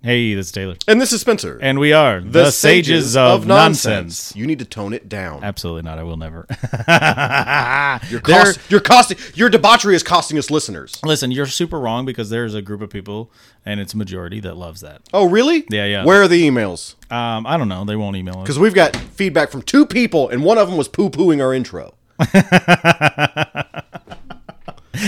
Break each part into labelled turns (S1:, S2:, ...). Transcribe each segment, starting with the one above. S1: Hey, this is Taylor.
S2: And this is Spencer.
S1: And we are the, Sages, of, Nonsense.
S2: You need to tone it down.
S1: Absolutely not. I will never.
S2: You're,
S1: There-
S2: cost, you're costing. Your debauchery is costing us listeners.
S1: Listen, you're super wrong because there's a group of people, and it's a majority that loves that.
S2: Oh, really?
S1: Yeah, yeah.
S2: Where are the emails?
S1: Um, I don't know. They won't email us.
S2: Because we've got feedback from two people, and one of them was poo pooing our intro.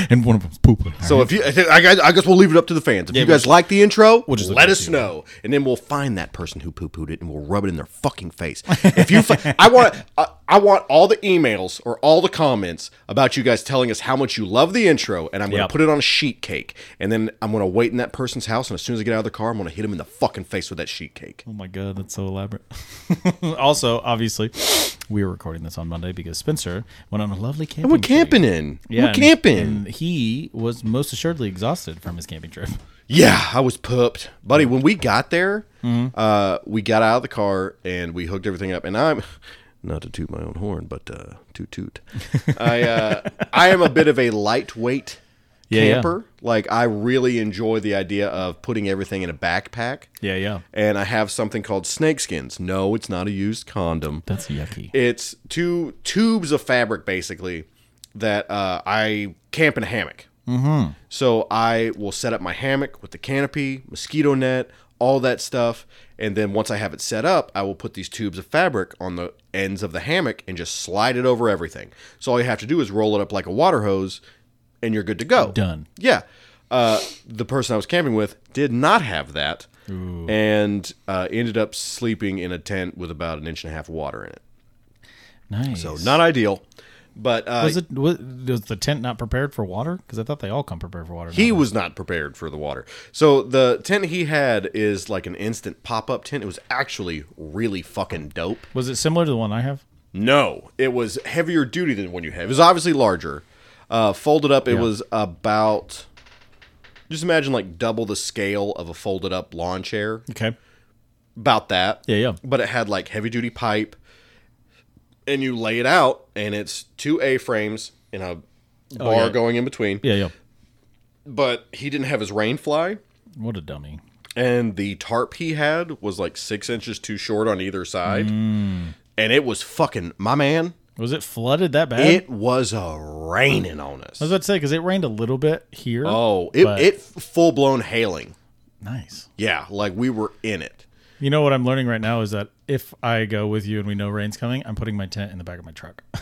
S1: And one of them's pooping.
S2: So if you, I, think- I guess- I guess we'll leave it up to the fans. If you
S1: we'll
S2: guys like the intro,
S1: just look
S2: let
S1: at
S2: us know, and then we'll find that person who poo pooed it, and we'll rub it in their fucking face. If you, fi- I want, I, I want all the emails or all the comments about you guys telling us how much you love the intro, and I'm going to
S1: Yep.
S2: put it on a sheet cake, and then I'm going to wait in that person's house, and as soon as I get out of the car, I'm going to hit him in the fucking face with that sheet cake.
S1: Oh my god, that's so elaborate. also, obviously, we were recording this on Monday because Spencer went on a lovely camping.
S2: We're
S1: trip.
S2: camping in.
S1: Yeah,
S2: We're
S1: and-
S2: camping.
S1: and he was most assuredly exhausted from his camping trip.
S2: Yeah, I was pooped, buddy. When we got there,
S1: Mm-hmm.
S2: uh, we got out of the car and we hooked everything up. And I'm not to toot my own horn, but uh, toot toot. I uh, I am a bit of a lightweight
S1: Yeah, yeah.
S2: camper. Like I really enjoy the idea of putting everything in a backpack.
S1: Yeah, yeah.
S2: And I have something called snakeskins. No, it's not a used condom.
S1: That's yucky.
S2: It's two tubes of fabric basically that uh, I camp in a hammock. Mm-hmm. So I will set up my hammock with the canopy, mosquito net, all that stuff, and then once I have it set up, I will put these tubes of fabric on the ends of the hammock and just slide it over everything. So all you have to do is roll it up like a water hose, and you're good to go.
S1: Done.
S2: Yeah. Uh, the person I was camping with did not have that, and uh, ended up sleeping in a tent with about an inch and a half of water in it.
S1: Nice.
S2: So Oh, not ideal, but uh,
S1: was it was, was the tent not prepared for water? Because I thought they all come prepared for water.
S2: he was not prepared for the water. So the tent he had is like an instant pop up tent. It was actually really fucking dope.
S1: was it similar to the one I have?
S2: No, it was heavier duty than the one you have. It was obviously larger. Uh, folded up, it was about. Just imagine like double the scale of a folded up lawn chair.
S1: Okay.
S2: About that.
S1: Yeah, yeah.
S2: But it had like heavy duty pipe, and you lay it out, and it's two A frames and a bar
S1: Oh, yeah.
S2: going in between.
S1: Yeah, yeah.
S2: but he didn't have his rain fly
S1: What a dummy.
S2: and the tarp he had was like six inches too short on either side
S1: Hmm.
S2: and it was fucking my man
S1: Was it flooded that bad?
S2: it was a raining on us
S1: I was about to say because it rained a little bit here.
S2: oh it,
S1: but-
S2: it full-blown hailing
S1: nice.
S2: yeah like we were in it
S1: You know what I'm learning right now is that if I go with you and we know rain's coming, I'm putting my tent in the back of my truck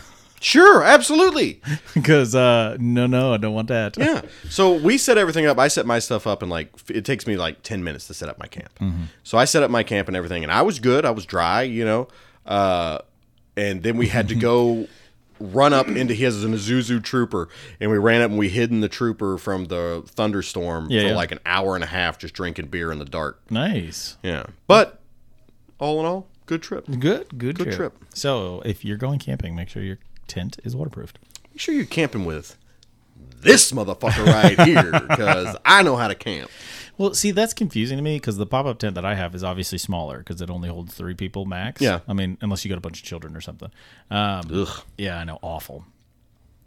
S2: sure absolutely
S1: because uh, no, no, I don't want that.
S2: yeah so we set everything up i set my stuff up and like f- it takes me like 10 minutes to set up my camp
S1: Mm-hmm.
S2: so i set up my camp and everything and i was good i was dry you know uh, and then we had to go run up into his an Azuzu trooper and we ran up and we hidden the trooper from the thunderstorm
S1: Yeah,
S2: for
S1: yeah.
S2: like an hour and a half just drinking beer in the dark
S1: Nice.
S2: yeah but all in all good trip make
S1: Good, good, good
S2: trip.
S1: So if you're going camping, make sure your tent is waterproofed.
S2: sure you're camping with this motherfucker right here because i know how to camp
S1: Well, see, that's confusing to me because the pop up tent that I have is obviously smaller because it only holds three people max.
S2: Yeah.
S1: I mean, unless you got a bunch of children or something. Um, Yeah, I know. Awful.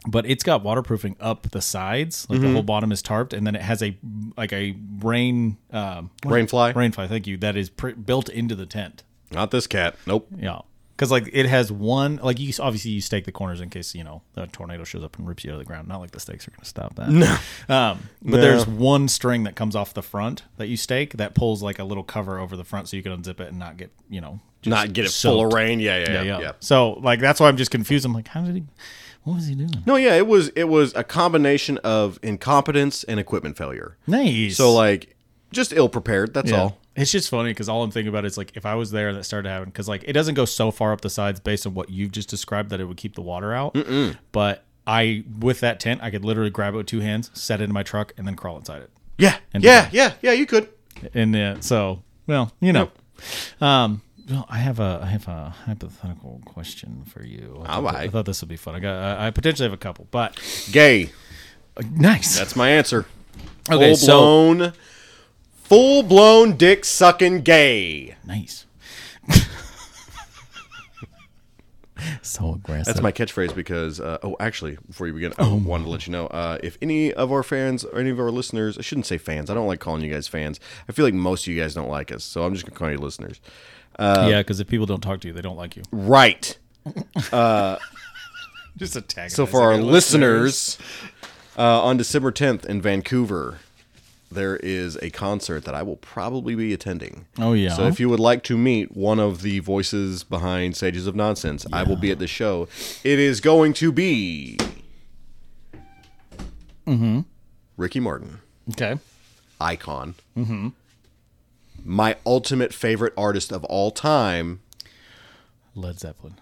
S1: But it's got waterproofing up the sides, like
S2: Mm-hmm.
S1: the whole bottom is tarped, and then it has a like a rain um,
S2: rain fly
S1: rain fly. Thank you. That is pr- built into the tent.
S2: not this cat nope
S1: Yeah, because like it has one like you obviously you stake the corners in case you know a tornado shows up and rips you to the ground. Not like the stakes are going to stop that. No, um, but there's one string that comes off the front that you stake that pulls like a little cover over the front so you can unzip it and not get you know just
S2: not get it full of
S1: soaked.
S2: rain. Yeah, yeah, yeah,
S1: Yeah,
S2: yeah,
S1: yeah. So like that's why I'm just confused. I'm like, how did he? What was he doing?
S2: No, yeah, it was it was a combination of incompetence and equipment failure.
S1: Nice.
S2: So like, just ill prepared. That's
S1: Yeah.
S2: all.
S1: It's just funny because all I'm thinking about is like if I was there and that started happening because like it doesn't go so far up the sides based on what you've just described that it would keep the water out. But I with that tent I could literally grab it with two hands, set it in my truck, and then crawl inside it.
S2: Yeah,
S1: And-
S2: yeah, yeah, yeah. You could.
S1: And uh, so well, you know, um, well, I have a I have a hypothetical question for you. I thought
S2: All
S1: that-
S2: right.
S1: I thought this would be fun. I got I I potentially have a couple, but
S2: Gay.
S1: nice.
S2: That's my answer.
S1: Okay,
S2: full
S1: so-
S2: blown, full blown dick sucking gay.
S1: Nice. so aggressive.
S2: That's my catchphrase because, uh, oh, actually, before you begin, I
S1: Oh
S2: wanted to let you know uh, if any of our fans or any of our listeners, I shouldn't say fans, I don't like calling you guys fans. I feel like most of you guys don't like us, so I'm just going to call you listeners.
S1: yeah, because if people don't talk to you, they don't like you.
S2: Right.
S1: Just attack.
S2: So for our listeners, uh, on December 10th in Vancouver, there is a concert that I will probably be attending.
S1: Oh, yeah?
S2: So if you would like to meet one of the voices behind Sages of Nonsense, I will be at the show. It is going to be
S1: Mm-hmm.
S2: Ricky Martin,
S1: okay,
S2: icon, mm-hmm. my ultimate favorite artist of all time,
S1: Led Zeppelin.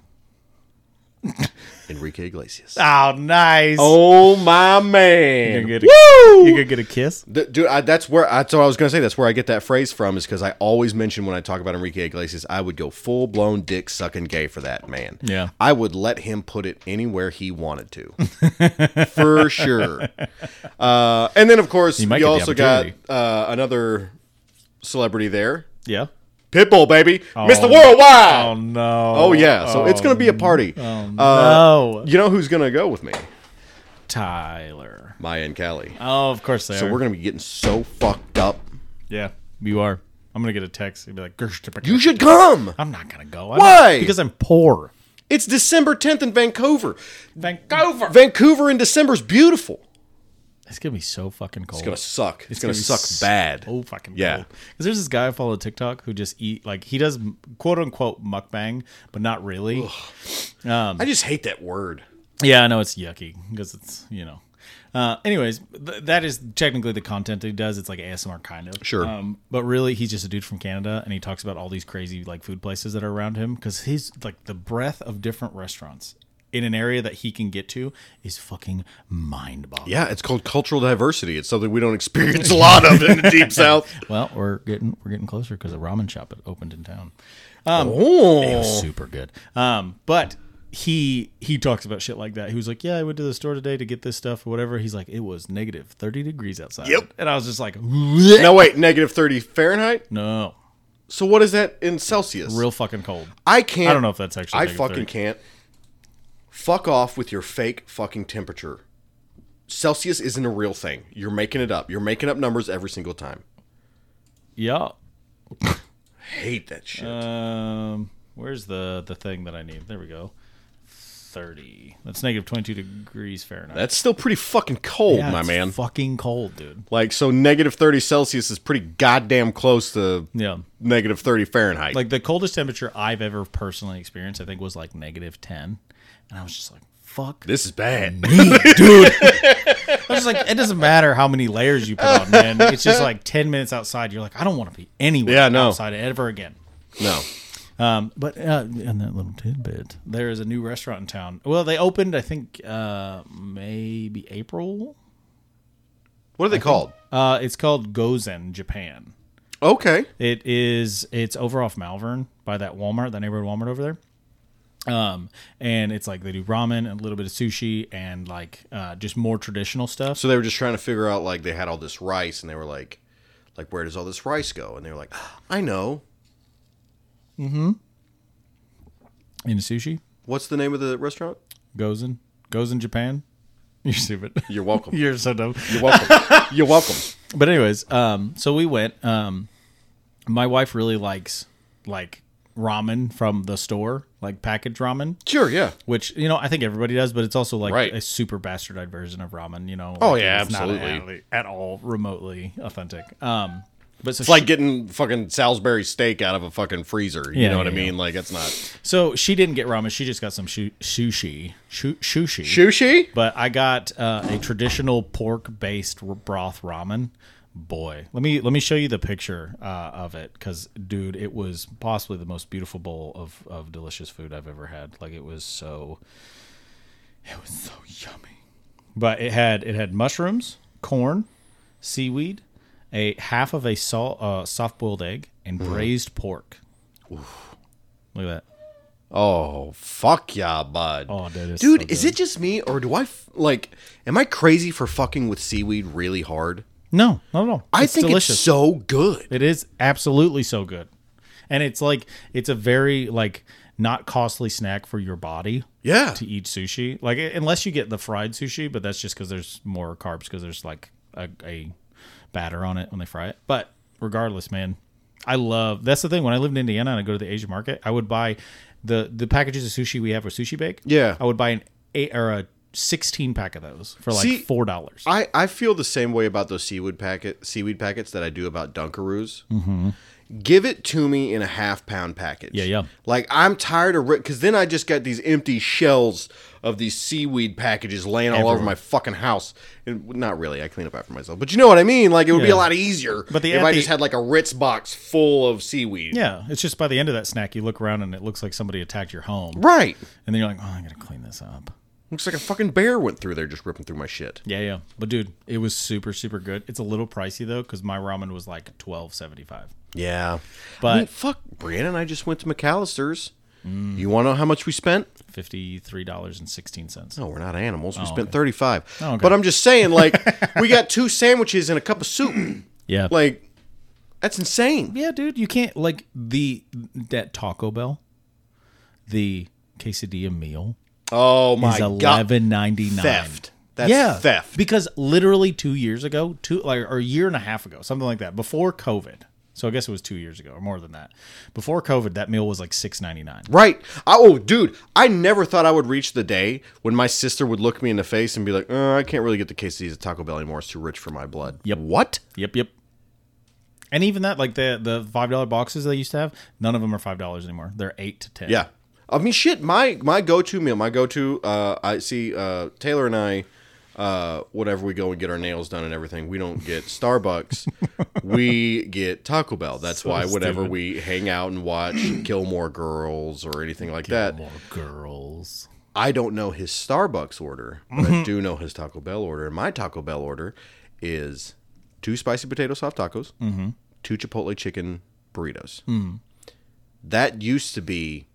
S2: Enrique Iglesias.
S1: Oh, nice.
S2: Oh my man!
S1: you could get a, you could get a kiss.
S2: Th- dude, I, that's where that's what I was gonna say. That's where I get that phrase from is because I always mention when I talk about Enrique Iglesias, I would go full blown dick sucking gay for that man.
S1: Yeah.
S2: I would let him put it anywhere he wanted to, for sure. Uh, and then of course
S1: might
S2: you
S1: get the
S2: also got
S1: opportunity.
S2: uh, another celebrity there,
S1: Yeah.
S2: Pitbull baby, Mr.
S1: Oh
S2: Worldwide.
S1: no.
S2: Oh, yeah, so it's gonna be a party. uh,
S1: no.
S2: You know who's gonna go with me?
S1: Tyler.
S2: Maya and Callie.
S1: Oh, of course they
S2: So
S1: are.
S2: we're gonna be getting so fucked up.
S1: yeah, you are. I'm gonna get a text and be like, "Gersh, tipper,
S2: You
S1: gersh."
S2: should come.
S1: I'm not gonna go. I'm
S2: Why?
S1: not- because I'm poor.
S2: It's December 10th in Vancouver.
S1: Vancouver.
S2: Vancouver in December is beautiful.
S1: It's gonna be so fucking cold.
S2: It's gonna suck.
S1: be
S2: It's, gonna, suck Oh
S1: so
S2: bad.
S1: fucking
S2: Yeah.
S1: Because there's this guy I follow on TikTok who just eat like he does quote unquote mukbang, but not really.
S2: I just hate that word.
S1: Yeah, I know it's yucky because it's you know. Uh, anyways, th- that is technically the content that he does. It's like ASMR kind of.
S2: Sure.
S1: Um, but really, he's just a dude from Canada, and he talks about all these crazy like food places that are around him because his like the breadth of different restaurants in an area that he can get to is fucking mind boggling.
S2: Yeah, it's called cultural diversity. It's something we don't experience a lot of in the deep south.
S1: Well, we're getting we're getting closer because a ramen shop opened in town. It
S2: Oh,
S1: was super good. Um, but he he talks about shit like that. He was like, "Yeah, I went to the store today to get this stuff or whatever." He's like, "It was negative thirty degrees outside."
S2: Yep.
S1: And I was just like,
S2: now wait, negative thirty Fahrenheit.
S1: "No,
S2: So what is that in Celsius?
S1: real fucking cold."
S2: I can't.
S1: I don't know if that's actually
S2: I
S1: negative
S2: fucking
S1: 30.
S2: can't. Fuck off with your fake fucking temperature. Celsius isn't a real thing. You're making it up. You're making up numbers every single time.
S1: Yeah.
S2: Hate that shit.
S1: Um, where's the the thing that I need? There we go. Thirty. That's negative twenty two degrees Fahrenheit.
S2: That's still pretty fucking cold,
S1: Yeah,
S2: my
S1: it's
S2: man.
S1: Fucking cold, dude.
S2: Like, so negative 30 Celsius is pretty goddamn close to
S1: Yeah.
S2: negative 30 Fahrenheit.
S1: Like the coldest temperature I've ever personally experienced, I think, was like negative ten, and I was just like, "Fuck
S2: this is bad.
S1: dude. I was just like, it doesn't matter how many layers you put on, man. It's just like ten minutes outside. You're like, I don't want to be anywhere
S2: Yeah, no.
S1: outside ever again.
S2: no.
S1: Um, but uh, and that little tidbit, there is a new restaurant in town. Well, they opened, I think, uh, maybe April.
S2: What are they called?
S1: Uh, it's called Gozen Japan.
S2: Okay.
S1: It is. It's over off Malvern by that Walmart, that neighborhood Walmart over there. Um, and it's like they do ramen and a little bit of sushi and like uh, just more traditional stuff.
S2: So they were just trying to figure out, like, they had all this rice and they were like, like, where does all this rice go? And they were like, "Ah, I know.
S1: in sushi.
S2: What's the name of the restaurant?
S1: Gozen. Gozen Japan. You're stupid.
S2: You're welcome.
S1: You're so dumb.
S2: You're welcome. You're welcome.
S1: But anyways, um, so we went. Um, my wife really likes like ramen from the store, like packaged ramen,
S2: Sure, yeah.
S1: which you know I think everybody does, but it's also like
S2: Right.
S1: a super bastardized version of ramen. You know?
S2: Oh,
S1: Like,
S2: yeah,
S1: it's not
S2: absolutely.
S1: at, at all remotely authentic. Um, but so
S2: It's like getting fucking Salisbury steak out of a fucking freezer. You
S1: Yeah,
S2: know what
S1: yeah,
S2: I mean? Like, it's not.
S1: so she didn't get ramen. She just got some shu- sushi. Shu- sushi.
S2: Sushi?
S1: but I got uh, a traditional pork based broth ramen. Boy, let me let me show you the picture uh, of it because, dude, it was possibly the most beautiful bowl of of delicious food I've ever had. Like it was so, it was so yummy. But it had it had mushrooms, corn, seaweed, a half of a salt uh, soft boiled egg, and
S2: Mm.
S1: braised pork. Look at that.
S2: Oh fuck yeah, bud.
S1: Oh, dude, it's
S2: dude,
S1: so
S2: is
S1: good.
S2: it just me or do I f- like? Am I crazy for fucking with seaweed really hard?
S1: No, not at all.
S2: I
S1: It's
S2: think
S1: delicious.
S2: it's so good.
S1: It is absolutely so good. And it's like it's a very like not costly snack for your body
S2: Yeah.
S1: to eat sushi. Like i- unless you get the fried sushi, but that's just because there's more carbs because there's like a, a batter on it when they fry it. But regardless, man, I love that's the thing. When I lived in Indiana and I go to the Asian market, I would buy the the packages of sushi we have for sushi bake.
S2: Yeah.
S1: I would buy an eight or a sixteen pack of those for like
S2: See-
S1: four dollars.
S2: I, I feel the same way about those seaweed packet seaweed packets that I do about Dunkaroos. Mm-hmm. Give it to me in a half pound package.
S1: Yeah, yeah.
S2: Like I'm tired of because then I just got these empty shells of these seaweed packages laying all over
S1: Everywhere.
S2: my fucking house. And not really, I clean up after myself, but you know what I mean. Like it would be
S1: Yeah.
S2: a lot easier
S1: But the-
S2: if
S1: at
S2: I
S1: the-
S2: just had like a Ritz box full of seaweed.
S1: Yeah, it's just by the end of that snack, you look around and it looks like somebody attacked your home,
S2: Right.
S1: and then you're like, "Oh, I gotta clean this up."
S2: Looks like a fucking bear went through there just ripping through my shit.
S1: Yeah, yeah. But dude, it was super, super good. It's a little pricey though, because my ramen was like twelve seventy five.
S2: Yeah. I mean,
S1: But
S2: fuck, Brianna and I just went to McAllister's. You want to know how much we spent?
S1: fifty three dollars and sixteen cents.
S2: No, we're not animals. We spent thirty five.
S1: Oh, okay.
S2: But I'm just saying, like, we got two sandwiches and a cup of soup.
S1: Yeah. Like
S2: Like, that's insane.
S1: Yeah, dude, you can't like the that Taco Bell, the quesadilla meal
S2: Oh my
S1: is
S2: god,
S1: eleven ninety nine.
S2: theft. That's
S1: yeah,
S2: theft.
S1: Because literally two years ago, two like or a year and a half ago, something like that, before COVID. So I guess it was two years ago or more than that. Before COVID, that meal was like six ninety nine.
S2: right? I, oh, dude, I never thought I would reach the day when my sister would look me in the face and be like, uh, "I can't really get the quesadillas at Taco Bell anymore. It's too rich for my blood."
S1: Yep.
S2: What?
S1: Yep, yep. And even that, like the the five dollar boxes they used to have, none of them are five dollars anymore. They're eight to ten.
S2: Yeah. I mean, shit. My my go to meal. My go to. Uh, I see. Uh, Taylor and I. Uh, whatever we go and get our nails done and everything, we don't get Starbucks. we get Taco Bell. That's why whenever
S1: stupid.
S2: we hang out and watch Gilmore Girls or anything like that,
S1: more girls.
S2: I don't know his Starbucks order, but I do know his Taco Bell order. And my Taco Bell order is two spicy potato soft tacos, two chipotle chicken burritos. That used to be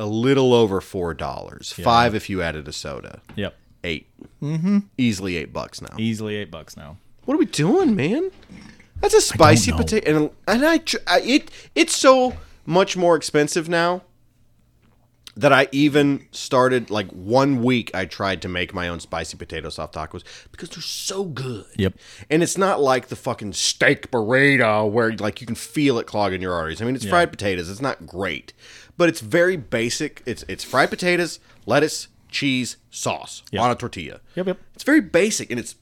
S2: a little over four dollars, five if you added a soda,
S1: Yep,
S2: 8 mm-hmm. easily eight bucks now.
S1: easily eight bucks now.
S2: What are we doing, man? That's a spicy
S1: know.
S2: potato, and and I, tr- I it it's so much more expensive now that I even started like one week. I tried to make my own spicy potato soft tacos because they're so good.
S1: Yep.
S2: and it's not like the fucking steak burrito where like you can feel it clogging your arteries. I mean, it's fried potatoes. It's not great, but it's very basic. It's it's fried potatoes, lettuce, cheese, sauce on a tortilla.
S1: Yep, yep.
S2: It's very basic and it's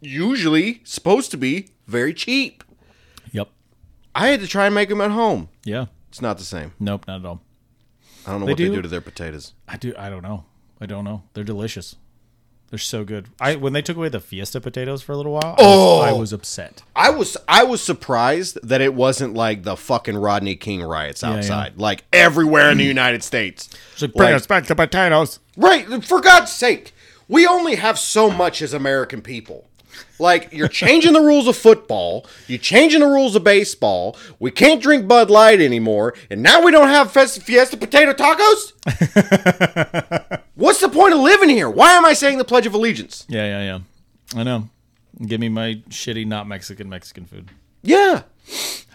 S2: usually supposed to be very cheap.
S1: Yep.
S2: I had to try and make them at home.
S1: Yeah.
S2: It's not the same.
S1: Nope, not at all.
S2: I don't know
S1: They
S2: what they
S1: do-
S2: do to their potatoes.
S1: I do. I don't know. I don't know. They're delicious. They're so good. I when they took away the Fiesta potatoes for a little while, oh, I was, I was upset.
S2: I was I was surprised that it wasn't like the fucking Rodney King riots outside, like everywhere in the United States. Like,
S1: back the potatoes.
S2: Right, for God's sake. We only have so much as American people. Like you're changing the rules of football, you're changing the rules of baseball. We can't drink Bud Light anymore, and now we don't have Fest- Fiesta potato tacos. What's the point of living here? Why am I saying the Pledge of Allegiance?
S1: Yeah, yeah, yeah. I know. Give me my shitty, not Mexican Mexican food.
S2: Yeah,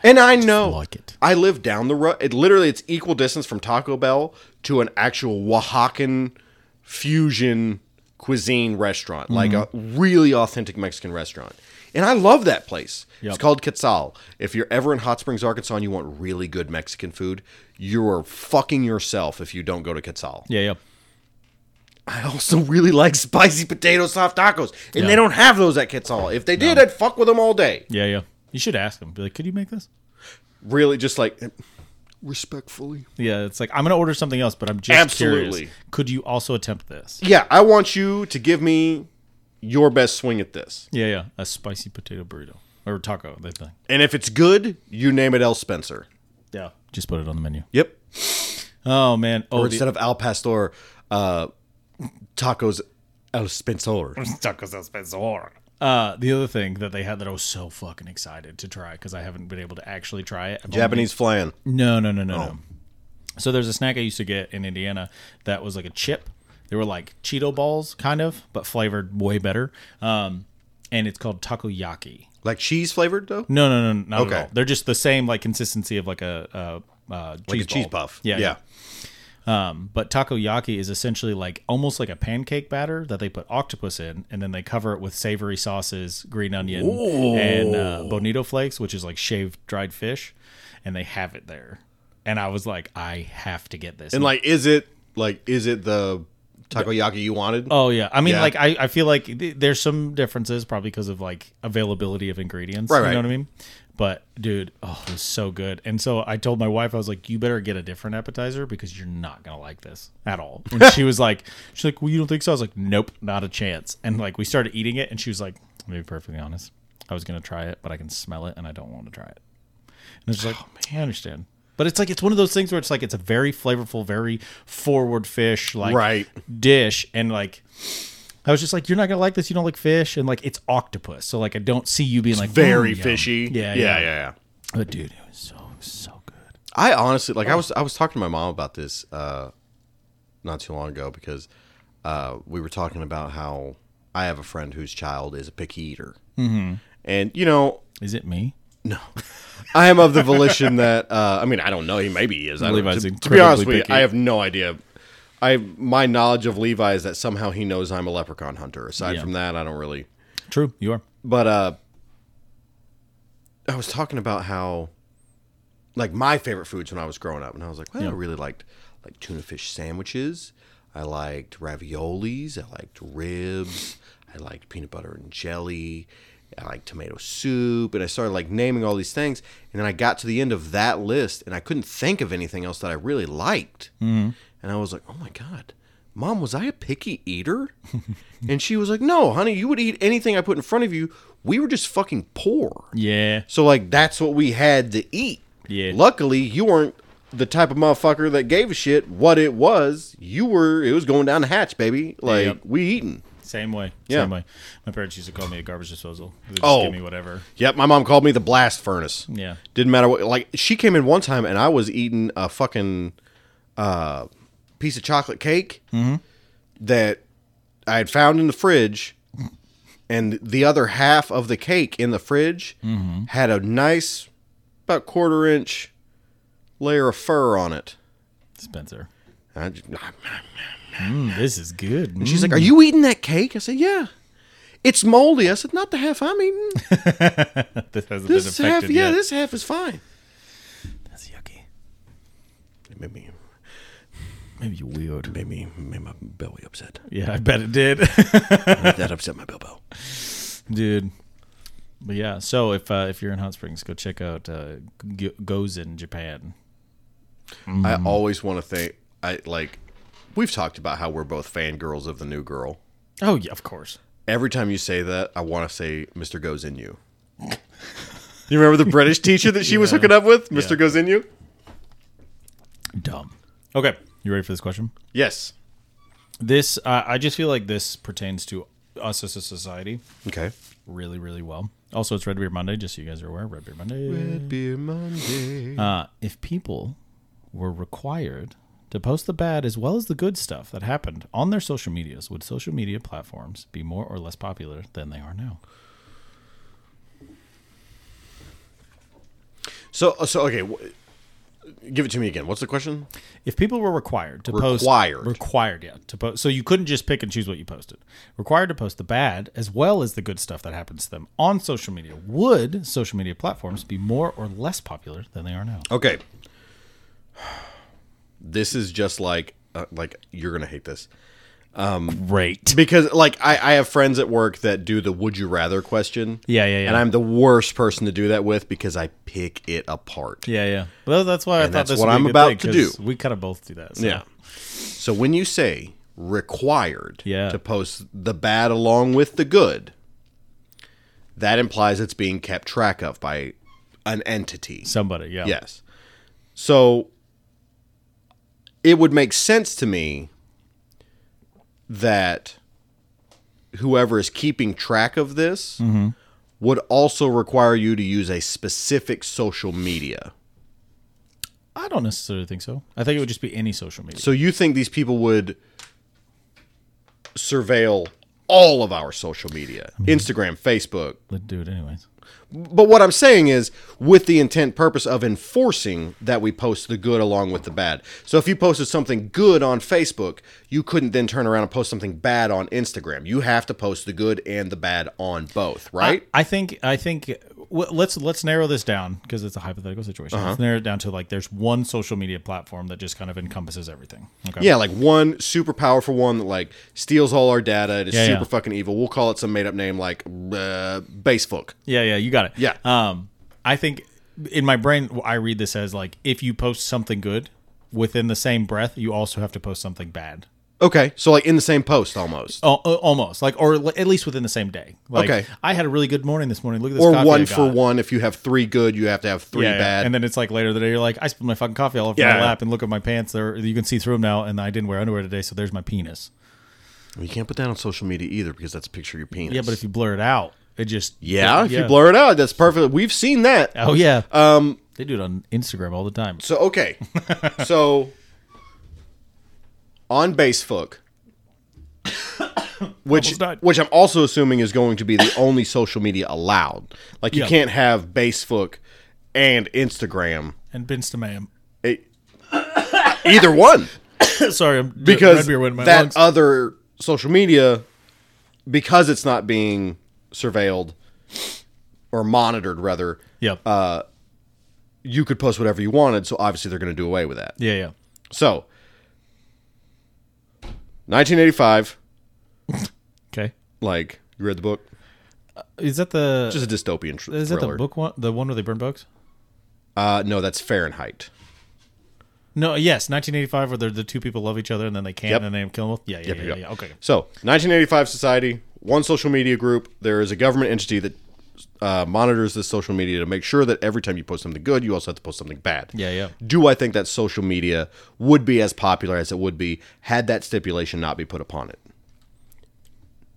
S2: and I know
S1: like it.
S2: I live down the road. It literally it's equal distance from Taco Bell to an actual Oaxacan fusion cuisine restaurant, like a
S1: Mm-hmm.
S2: really authentic Mexican restaurant. And I love that place. It's
S1: Yep.
S2: called Quetzal. If you're ever in Hot Springs, Arkansas, and you want really good Mexican food, you are fucking yourself if you don't go to Quetzal.
S1: Yeah, yeah.
S2: I also really like spicy potato soft tacos, and
S1: Yeah.
S2: they don't have those at Quetzal. If they did, I'd fuck with them all day.
S1: Yeah, yeah. You should ask them. Be like, could you make this?
S2: Really, just like respectfully.
S1: Yeah, it's like I'm gonna order something else, but I'm just
S2: Absolutely.
S1: curious. Could you also attempt this?
S2: yeah, I want you to give me your best swing at this.
S1: Yeah, yeah, a spicy potato burrito or taco. That thing.
S2: And if it's good, you name it El Spencer.
S1: Yeah, just put it on the menu.
S2: Yep.
S1: Oh man, oh
S2: Or
S1: the-
S2: instead of Al Pastor, uh, tacos El Spencer.
S1: Uh, the other thing that they had that I was so fucking excited to try because I haven't been able to actually try it. I've only
S2: Japanese Oh. flan.
S1: No, no, no, no, no. So there's a snack I used to get in Indiana that was like a chip. They were like Cheeto balls, kind of, but flavored way better. Um, and it's called takoyaki.
S2: Like cheese flavored though?
S1: No, no, no, not
S2: Okay.
S1: at all. They're just the same like consistency of like a, uh uh cheese
S2: Like a cheese
S1: ball.
S2: puff.
S1: Yeah, yeah. Um, but takoyaki is essentially like almost like a pancake batter that they put octopus in, and then they cover it with savory sauces, green onion, and uh, bonito flakes, which is like shaved dried fish, and they have it there. And I was like, I have to get this.
S2: And like, is it like is it the takoyaki you wanted?
S1: Oh yeah, I mean,
S2: Yeah.
S1: like I, I feel like th- there's some differences probably because of like availability of ingredients.
S2: Right,
S1: you
S2: right.
S1: know what I mean? But dude, oh, it was so good. And so I told my wife, I was like, "You better get a different appetizer because you're not gonna like this at all." And she was like, "She's like, well, you don't think so?" I was like, "Nope, not a chance." And like we started eating it, and she was like, "I'm gonna be perfectly honest, I was gonna try it, but I can smell it, and I don't want to try it." And it's
S2: Oh,
S1: like, I understand. But it's like it's one of those things where it's like it's a very flavorful, very forward fish like
S2: Right.
S1: dish, and like I was just like, you're not gonna like this. You don't like fish, and like it's octopus, so like I don't see you being like
S2: Very
S1: "Mm, yum."
S2: fishy.
S1: Yeah,
S2: yeah,
S1: yeah.
S2: yeah, yeah.
S1: But dude, it was so so good.
S2: I honestly like I was I was talking to my mom about this uh, not too long ago because uh, we were talking about how I have a friend whose child is a picky eater, mm-hmm. and you know
S1: Is it me?
S2: I am of the volition that uh, I mean I don't know he maybe he is. I don't-
S1: Levi's
S2: to, to be
S1: incredibly
S2: honest with you,
S1: picky.
S2: I have no idea. I my knowledge of Levi is that somehow he knows I'm a leprechaun hunter. Aside
S1: Yeah.
S2: from that, I don't really.
S1: True, you are.
S2: But uh, I was talking about how, like, my favorite foods when I was growing up, and I was like, well, I really liked like tuna fish sandwiches. I liked raviolis. I liked ribs. I liked peanut butter and jelly. I liked tomato soup, and I started like naming all these things, and then I got to the end of that list, and I couldn't think of anything else that I really liked, and I was like, "Oh my god, mom, was I a picky eater?" and she was like, "No, honey, you would eat anything I put in front of you. We were just fucking poor."
S1: Yeah,
S2: So like that's what we had to eat.
S1: Yeah.
S2: Luckily, you weren't the type of motherfucker that gave a shit what it was. You were it was going down the hatch, baby. Like
S1: Yep.
S2: we eating.
S1: same way.
S2: Yeah.
S1: Same way. My parents used to call me a garbage disposal. They would just
S2: Oh.
S1: give me whatever.
S2: Yep, my mom called me the blast furnace.
S1: Yeah.
S2: Didn't matter what like she came in one time and I was eating a fucking uh piece of chocolate cake that I had found in the fridge and the other half of the cake in the fridge had a nice about quarter inch layer of fur on it.
S1: Spencer,
S2: And I just-
S1: Mm, this is good. Hmm.
S2: she's like, "Are you eating that cake?" I said, "Yeah." It's moldy. I said, "Not the half I'm eating.
S1: Mm, this hasn't been
S2: This
S1: affected
S2: half, yeah,
S1: yet.
S2: this half is fine."
S1: That's yucky.
S2: It made me
S1: Maybe you weird.
S2: made me made my belly upset.
S1: Yeah, I bet it did.
S2: that upset my Bilbo.
S1: dude. But yeah, so if uh, if you're in Hot Springs, go check out uh, G- Gozen Japan.
S2: I
S1: Mm.
S2: always want to think I like we've talked about how we're both fangirls of the new girl.
S1: Oh yeah, of course.
S2: Every time you say that, I want to say Mr. Goes in you. You remember the British teacher that she was hooking up with? Mr.
S1: Yeah.
S2: Goes in you?
S1: Dumb. Okay, you ready for this question?
S2: Yes.
S1: This uh, I just feel like this pertains to us as a society
S2: Okay.
S1: really, really well. Also, it's Red Beer Monday, just so you guys are aware. Red Beer Monday.
S2: Beer Monday.
S1: Uh, if people were required to post the bad as well as the good stuff that happened on their social medias, would social media platforms be more or less popular than they are now?
S2: So uh, so okay, wh- give it to me again. What's the question?
S1: If people were required to
S2: Required.
S1: post required, yeah, to post, so you couldn't just pick and choose what you posted. Required to post the bad as well as the good stuff that happens to them on social media. Would social media platforms be more or less popular than they are now?
S2: Okay. This is just like uh, like you're going to hate this.
S1: Great.
S2: because like I, I have friends at work that do the would you rather question
S1: Yeah, yeah, yeah.
S2: and i'm the worst person to do that with because i pick it apart
S1: Yeah, yeah. Well, that's why I thought
S2: that's
S1: this
S2: what
S1: would be
S2: I'm
S1: a good
S2: about
S1: thing,
S2: to
S1: 'cause
S2: do.
S1: We kind of both do that. So.
S2: yeah so when you say required
S1: Yeah.
S2: to post the bad along with the good that implies it's being kept track of by an entity
S1: Somebody. Yeah.
S2: Yes. So it would make sense to me that whoever is keeping track of this would also require you to use a specific social media.
S1: I don't necessarily think so. I think it would just be any social media.
S2: So you think these people would surveil all of our social media Instagram, Facebook,
S1: Let's do it anyways.
S2: But what I'm saying is, with the intent purpose of enforcing that we post the good along with the bad. So if you posted something good on Facebook, you couldn't then turn around and post something bad on Instagram. You have to post the good and the bad on both, right?
S1: I, I think I think w- let's let's narrow this down because it's a hypothetical situation.
S2: Uh-huh.
S1: Let's narrow it down to like there's one social media platform that just kind of encompasses everything. Okay.
S2: Yeah, like one super powerful one that like steals all our data and is
S1: Yeah,
S2: super
S1: yeah.
S2: fucking evil. We'll call it some made up name like uh, Basefook.
S1: Yeah, yeah, you got it.
S2: Yeah.
S1: Um, I think in my brain, I read this as like if you post something good within the same breath, you also have to post something bad.
S2: Okay, so like in the same post almost,
S1: Oh, almost like, or l- at least within the same day. Like,
S2: Okay.
S1: I had a really good morning this morning. Look at this.
S2: or
S1: coffee I
S2: one for
S1: got.
S2: one. If you have three good, you have to have three
S1: Yeah, yeah.
S2: bad.
S1: And then it's like later the day, you're like, I spilled my fucking coffee all over
S2: Yeah.
S1: my lap, and look at my pants. There, you can see through them now, and I didn't wear underwear today, so there's my penis.
S2: you can't put that on social media either because that's a picture of your penis.
S1: Yeah, but if you blur it out, it just
S2: yeah, if
S1: yeah.
S2: you blur it out, that's perfect. We've seen that.
S1: Oh yeah. Um, they do it on Instagram all the time.
S2: So okay, so on Basefook, which
S1: Almost died.
S2: which I'm also assuming is going to be the only social media allowed. Like you
S1: Yeah.
S2: can't have Basefook and Instagram
S1: And Binstaman.
S2: It- either one
S1: Sorry, I'm,
S2: because
S1: red beer went in my
S2: that uh,
S1: lungs.
S2: other social media because it's not being surveilled or monitored rather
S1: Yep.
S2: uh, you could post whatever you wanted so obviously they're going to do away with that
S1: yeah, yeah.
S2: so 1985
S1: Okay.
S2: like you read the book
S1: Is that the
S2: just a dystopian tr-
S1: is that
S2: thriller
S1: the book one? The one where they burn books?
S2: uh no that's fahrenheit
S1: No. Yes, 1985, where they're the two people love each other and then they can't
S2: Yep.
S1: and they kill them. both? Yeah, yeah, yeah,
S2: yep.
S1: yeah, yeah. Okay.
S2: So, 1985 society, one social media group. There is a government entity that uh, monitors this social media to make sure that every time you post something good, you also have to post something bad.
S1: Yeah, yeah.
S2: Do I think that social media would be as popular as it would be had that stipulation not be put upon it?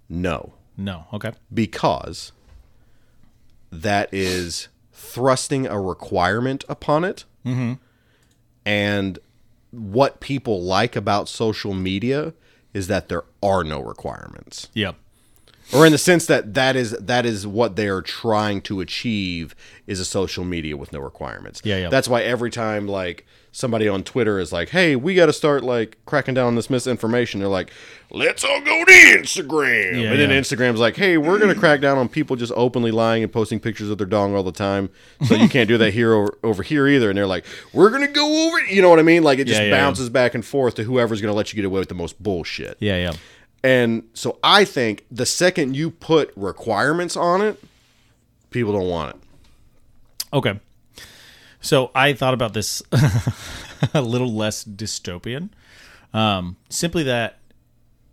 S2: No,
S1: No. Okay.
S2: because that is thrusting a requirement upon it. Mm-hmm. And what people like about social media is that there are no requirements
S1: Yeah.
S2: or in the sense that that is that is what they are trying to achieve is a social media with no requirements.
S1: Yeah, yeah.
S2: That's why every time like somebody on Twitter is like, "Hey, we got to start like cracking down on this misinformation," they're like, "Let's all go to Instagram,"
S1: Yeah,
S2: and then
S1: yeah.
S2: Instagram's like, "Hey, we're gonna crack down on people just openly lying and posting pictures of their dong all the time, so you can't do that here over, over here either." And they're like, "We're gonna go over," you know what I mean? Like it just
S1: Yeah, yeah, yeah.
S2: bounces back and forth to whoever's gonna let you get away with the most bullshit.
S1: Yeah, yeah.
S2: And so I think the second you put requirements on it, people don't want it.
S1: Okay. So I thought about this a little less dystopian. Um, simply that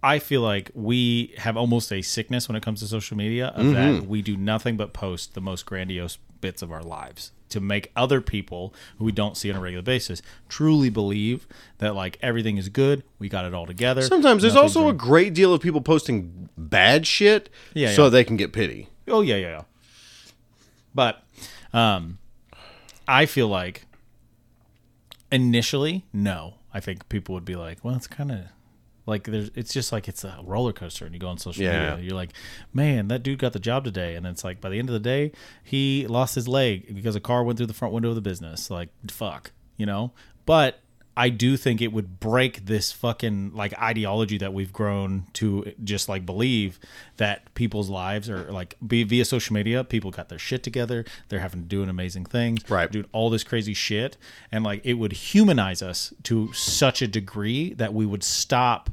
S1: I feel like we have almost a sickness when it comes to social media of
S2: Mm-hmm.
S1: that we do nothing but post the most grandiose bits of our lives to make other people who we don't see on a regular basis truly believe that like everything is good, we got it all together.
S2: Sometimes there's also a great deal of people posting bad shit
S1: Yeah,
S2: so
S1: yeah.
S2: they can get pity.
S1: Oh yeah, yeah, yeah. But um I feel like initially, no. I think people would be like, well, it's kind of like there's it's just like it's a roller coaster and you go on social
S2: Yeah.
S1: media. You're like, man, that dude got the job today and it's like by the end of the day, he lost his leg because a car went through the front window of the business. Like, fuck, you know? But I do think it would break this fucking like ideology that we've grown to just like believe that people's lives are like be, via social media. People got their shit together. They're having doing amazing things,
S2: Right.
S1: Doing all this crazy shit, and like it would humanize us to such a degree that we would stop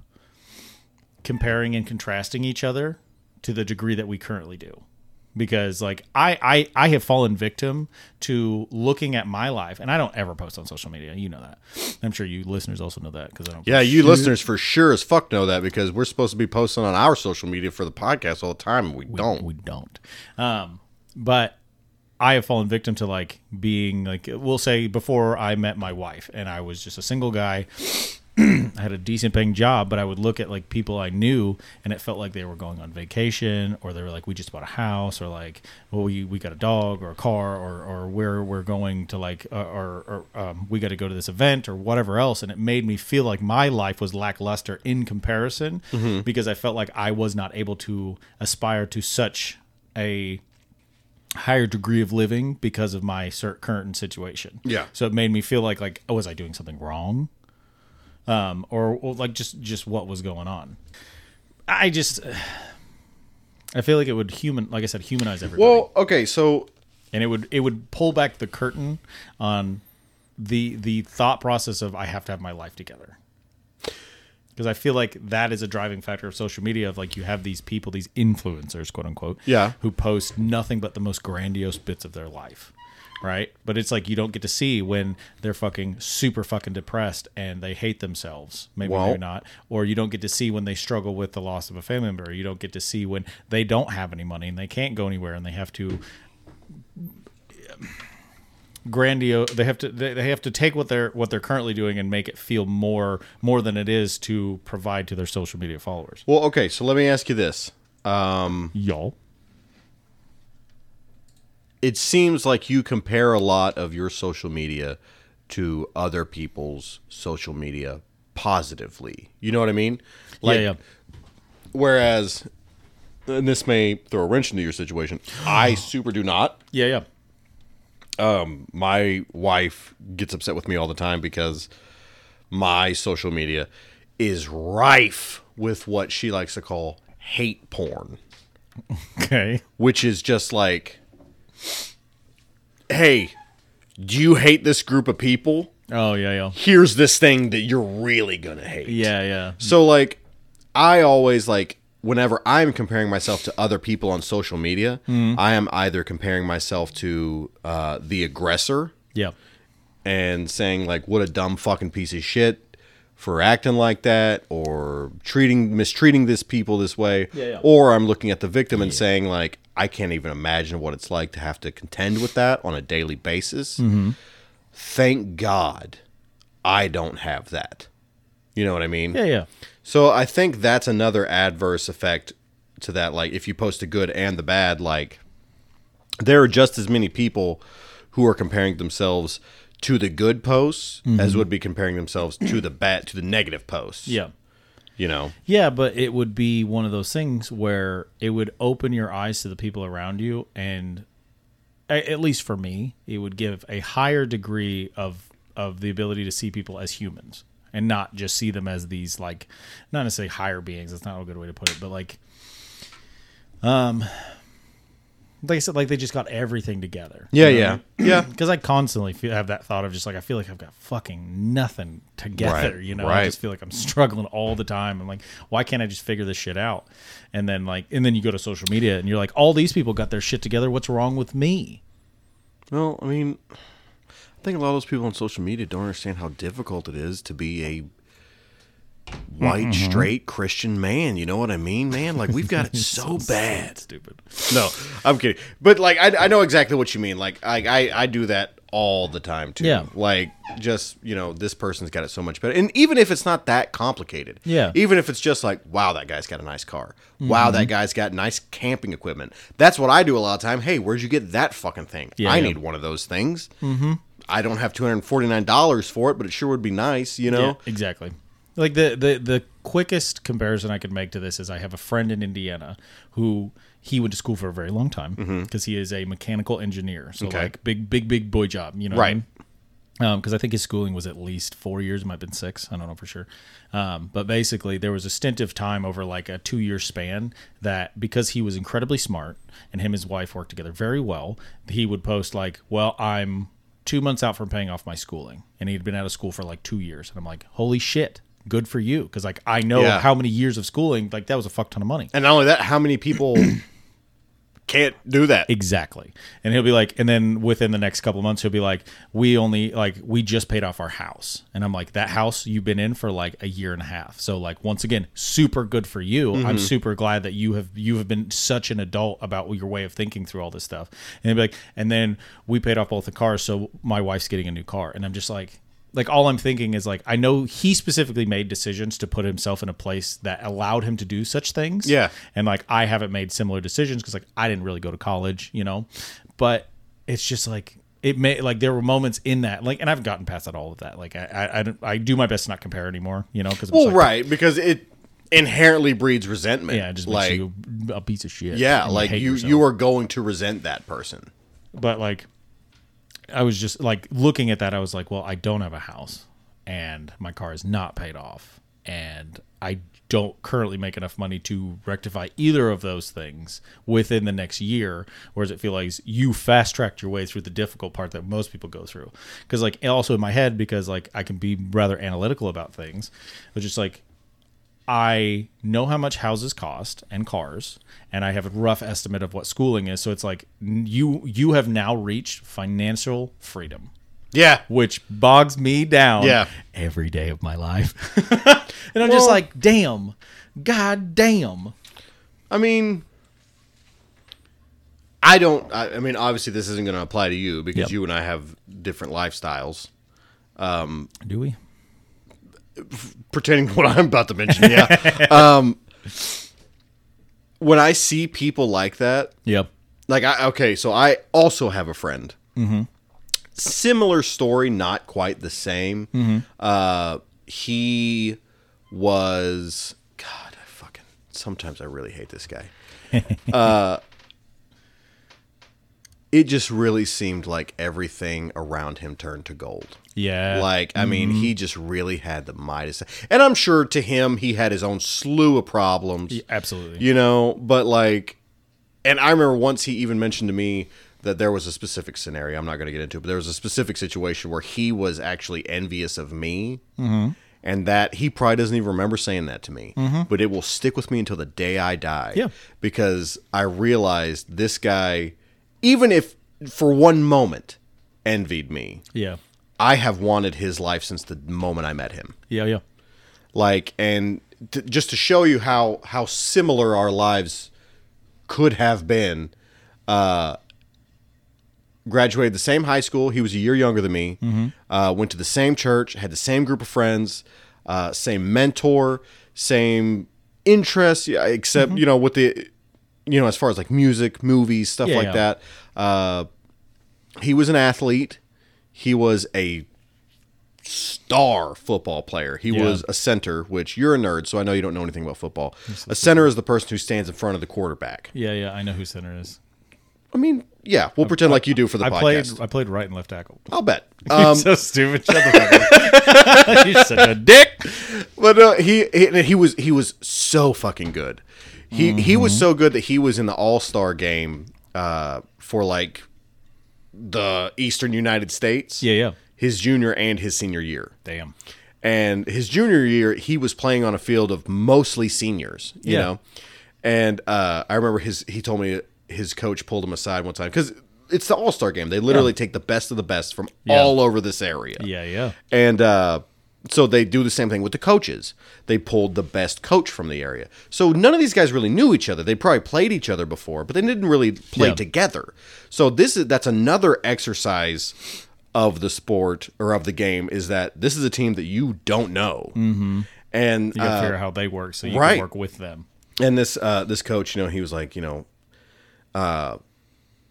S1: comparing and contrasting each other to the degree that we currently do because like I, I i have fallen victim to looking at my life and i don't ever post on social media you know that i'm sure you listeners also know that because i don't
S2: Yeah, you listeners for sure as fuck know that because we're supposed to be posting on our social media for the podcast all the time and we, don't.
S1: we don't um but i have fallen victim to like being like we'll say before i met my wife and i was just a single guy I had a decent paying job, but I would look at like people I knew and it felt like they were going on vacation or they were like, we just bought a house or like, well, we, we got a dog or a car or, or where we're going to like, uh, or, or um, we got to go to this event or whatever else. And it made me feel like my life was lackluster in comparison because I felt like I was not able to aspire to such a higher degree of living because of my cer- current situation.
S2: Yeah.
S1: So it made me feel like like oh, was I doing something wrong? Um, or, or like just just what was going on? I just I feel like it would human like I said humanize everybody.
S2: Well, okay, so
S1: and it would it would pull back the curtain on the the thought process of I have to have my life together. Because I feel like that is a driving factor of social media of like you have these people, these influencers, quote unquote,
S2: Yeah.
S1: who post nothing but the most grandiose bits of their life. Right? But it's like you don't get to see when they're fucking super fucking depressed and they hate themselves. Maybe
S2: Well-
S1: maybe not. Or you don't get to see when they struggle with the loss of a family member. You don't get to see when they don't have any money and they can't go anywhere and they have to grandiose they have to they they have to take what they're what they're currently doing and make it feel more more than it is to provide to their social media followers
S2: well, okay, so let me ask you this.
S1: y'all
S2: It seems like you compare a lot of your social media to other people's social media positively. You know what I mean? Like
S1: yeah, yeah
S2: whereas and this may throw a wrench into your situation. I super do not.
S1: yeah yeah
S2: my wife gets upset with me all the time because my social media is rife with what she likes to call hate porn,
S1: okay
S2: which is just like, hey, do you hate this group of people?
S1: oh yeah yeah
S2: Here's this thing that you're really going to hate.
S1: yeah yeah
S2: So like I always like whenever I'm comparing myself to other people on social media,
S1: Mm-hmm.
S2: I am either comparing myself to uh, the aggressor
S1: yeah
S2: and saying like what a dumb fucking piece of shit for acting like that or treating mistreating this people this way
S1: Yeah, yeah.
S2: or i'm looking at the victim and saying like i can't even imagine what it's like to have to contend with that on a daily basis
S1: Mm-hmm.
S2: thank god i don't have that you know what i mean
S1: yeah yeah
S2: so I think that's another adverse effect to that. Like if you post the good and the bad, like there are just as many people who are comparing themselves to the good posts as would be comparing themselves to the bad to the negative posts.
S1: yeah
S2: You know?
S1: yeah but it would be one of those things where it would open your eyes to the people around you and a- at least for me it would give a higher degree of of the ability to see people as humans and not just see them as these like not necessarily higher beings that's not a good way to put it but like um like i said like they just got everything together
S2: Yeah, yeah. yeah.
S1: because I constantly feel, have that thought of just like I feel like I've got fucking nothing together,
S2: Right,
S1: you know.
S2: right.
S1: I just feel like I'm struggling all the time. I'm like, why can't I just figure this shit out? And then like, and then you go to social media and you're like, all these people got their shit together. What's wrong with me?
S2: Well, I mean I think a lot of those people on social media don't understand how difficult it is to be a white, straight Christian man. You know what I mean, man? Like we've got it so bad.
S1: Stupid.
S2: No, I'm kidding. But like, I, I know exactly what you mean. Like, I, I I do that all the time too.
S1: Yeah.
S2: Like, just you know, this person's got it so much better. And even if it's not that complicated.
S1: Yeah. Mm-hmm.
S2: Even if it's just like, wow, that guy's got a nice car. Wow, that guy's got nice camping equipment. That's what I do a lot of time. Hey, where'd you get that fucking thing?
S1: Yeah,
S2: I
S1: yeah.
S2: need one of those things. Mm-hmm. I don't have two hundred forty nine dollars for it, but it sure would be nice. You know.
S1: Yeah, exactly. Like the, the the quickest comparison I could make to this is I have a friend in Indiana who he went to school for a very long time because he is a mechanical engineer. So
S2: Mm-hmm. Okay.
S1: like big big big boy job, you know. What I
S2: Right.
S1: mean? because Um, I think his schooling was at least four years, might have been six. I don't know for sure. Um, but basically, there was a stint of time over like a two year span that because he was incredibly smart and him and his wife worked together very well, he would post, like, Well, I'm two months out from paying off my schooling. And he'd been out of school for like two years. And I'm like, Holy shit, good for you. Because like I know
S2: Yeah.
S1: how many years of schooling, like that was a fuck ton of money.
S2: And not only that, how many people can't do that?
S1: Exactly. And he'll be like, and then within the next couple of months, he'll be like, we only, like, we just paid off our house. And I'm like, that house you've been in for like a year and a half. So, like, once again, super good for you.
S2: Mm-hmm.
S1: I'm super glad that you have, you have been such an adult about your way of thinking through all this stuff. And he'll be like, and then we paid off both the cars. So my wife's getting a new car. And I'm just like, like all I'm thinking is like I know he specifically made decisions to put himself in a place that allowed him to do such things.
S2: Yeah.
S1: And like I haven't made similar decisions because like I didn't really go to college, you know. But it's just like it may like there were moments in that like and I've gotten past that all of that. Like I I, I, don't, I do my best to not compare anymore, you know, because
S2: Well, right, because it inherently breeds resentment.
S1: Yeah, it just makes
S2: like
S1: you a piece of shit.
S2: yeah,
S1: and
S2: like
S1: hate
S2: you
S1: yourself.
S2: you are going to resent that person.
S1: but like i was just like looking at that i was like well i don't have a house and my car is not paid off and i don't currently make enough money to rectify either of those things within the next year whereas it feels like you fast tracked your way through the difficult part that most people go through because like also in my head because like i can be rather analytical about things but just like I know how much houses cost and cars, and I have a rough estimate of what schooling is. So it's like n- you you have now reached financial freedom,
S2: Yeah.
S1: which bogs me down
S2: Yeah.
S1: every day of my life. and I'm just
S2: Well-
S1: like, damn, god damn.
S2: I mean, I don't. I, I mean, obviously, this isn't going to apply to you because
S1: Yep.
S2: you and I have different lifestyles.
S1: Do we?
S2: Pretending what I'm about to mention, yeah. um, when I see people like that,
S1: Yep.
S2: like, I, okay, so I also have a friend. Mm-hmm. Similar story, not quite the same. Uh, he was God. I fucking sometimes I really hate this guy. Uh, it just really seemed like everything around him turned to gold.
S1: Yeah.
S2: Like, I mean, he just really had the Midas. And I'm sure to him, he had his own slew of problems,
S1: absolutely.
S2: you know, but like, and I remember once he even mentioned to me that there was a specific scenario. I'm not going to get into it, but there was a specific situation where he was actually envious of me. And that he probably doesn't even remember saying that to me, but it will stick with me until the day I die.
S1: Yeah.
S2: Because I realized this guy, even if for one moment, envied me.
S1: yeah.
S2: I have wanted his life since the moment I met him.
S1: Yeah. Yeah.
S2: Like, and t- just to show you how how similar our lives could have been. Uh, graduated the same high school. He was a year younger than me.
S1: Mm-hmm.
S2: Uh, went to the same church. Had the same group of friends. Uh, same mentor. Same interests. yeah, Except
S1: Mm-hmm.
S2: you know with the you know as far as like music, movies, stuff
S1: Yeah,
S2: like
S1: yeah.
S2: that. Uh, he was an athlete. He was a star football player. He
S1: Yeah.
S2: was a center, which you're a nerd, so I know you don't know anything about football. A center is the person who stands in front of the quarterback.
S1: Yeah. Yeah. I know who center is.
S2: I mean, yeah, we'll pretend like you do for the
S1: I
S2: podcast.
S1: played. I played right and left tackle.
S2: I'll bet. Um,
S1: so stupid. Shut the fuck up. You're such a dick.
S2: but uh, he, he he was he was so fucking good. He he
S1: Mm-hmm.
S2: was so good that he was in the All Star game uh, for like the Eastern United States.
S1: Yeah. Yeah.
S2: his junior and his senior year.
S1: Damn.
S2: And his junior year, he was playing on a field of mostly seniors, you
S1: Yeah.
S2: know. And uh, I remember his he told me his coach pulled him aside one time because it's the All Star game. They literally take the best of the best from all over this area.
S1: Yeah. Yeah.
S2: And uh, so they do the same thing with the coaches. They pulled the best coach from the area. So none of these guys really knew each other. They probably played each other before, but they didn't really play
S1: Yeah.
S2: together. So this is that's another exercise of the sport or of the game is that this is a team that you don't know. Mm-hmm. And
S1: You gotta
S2: uh,
S1: figure out how they work so you
S2: right.
S1: can work with them.
S2: and this uh, this coach, you know, he was like, you know, uh,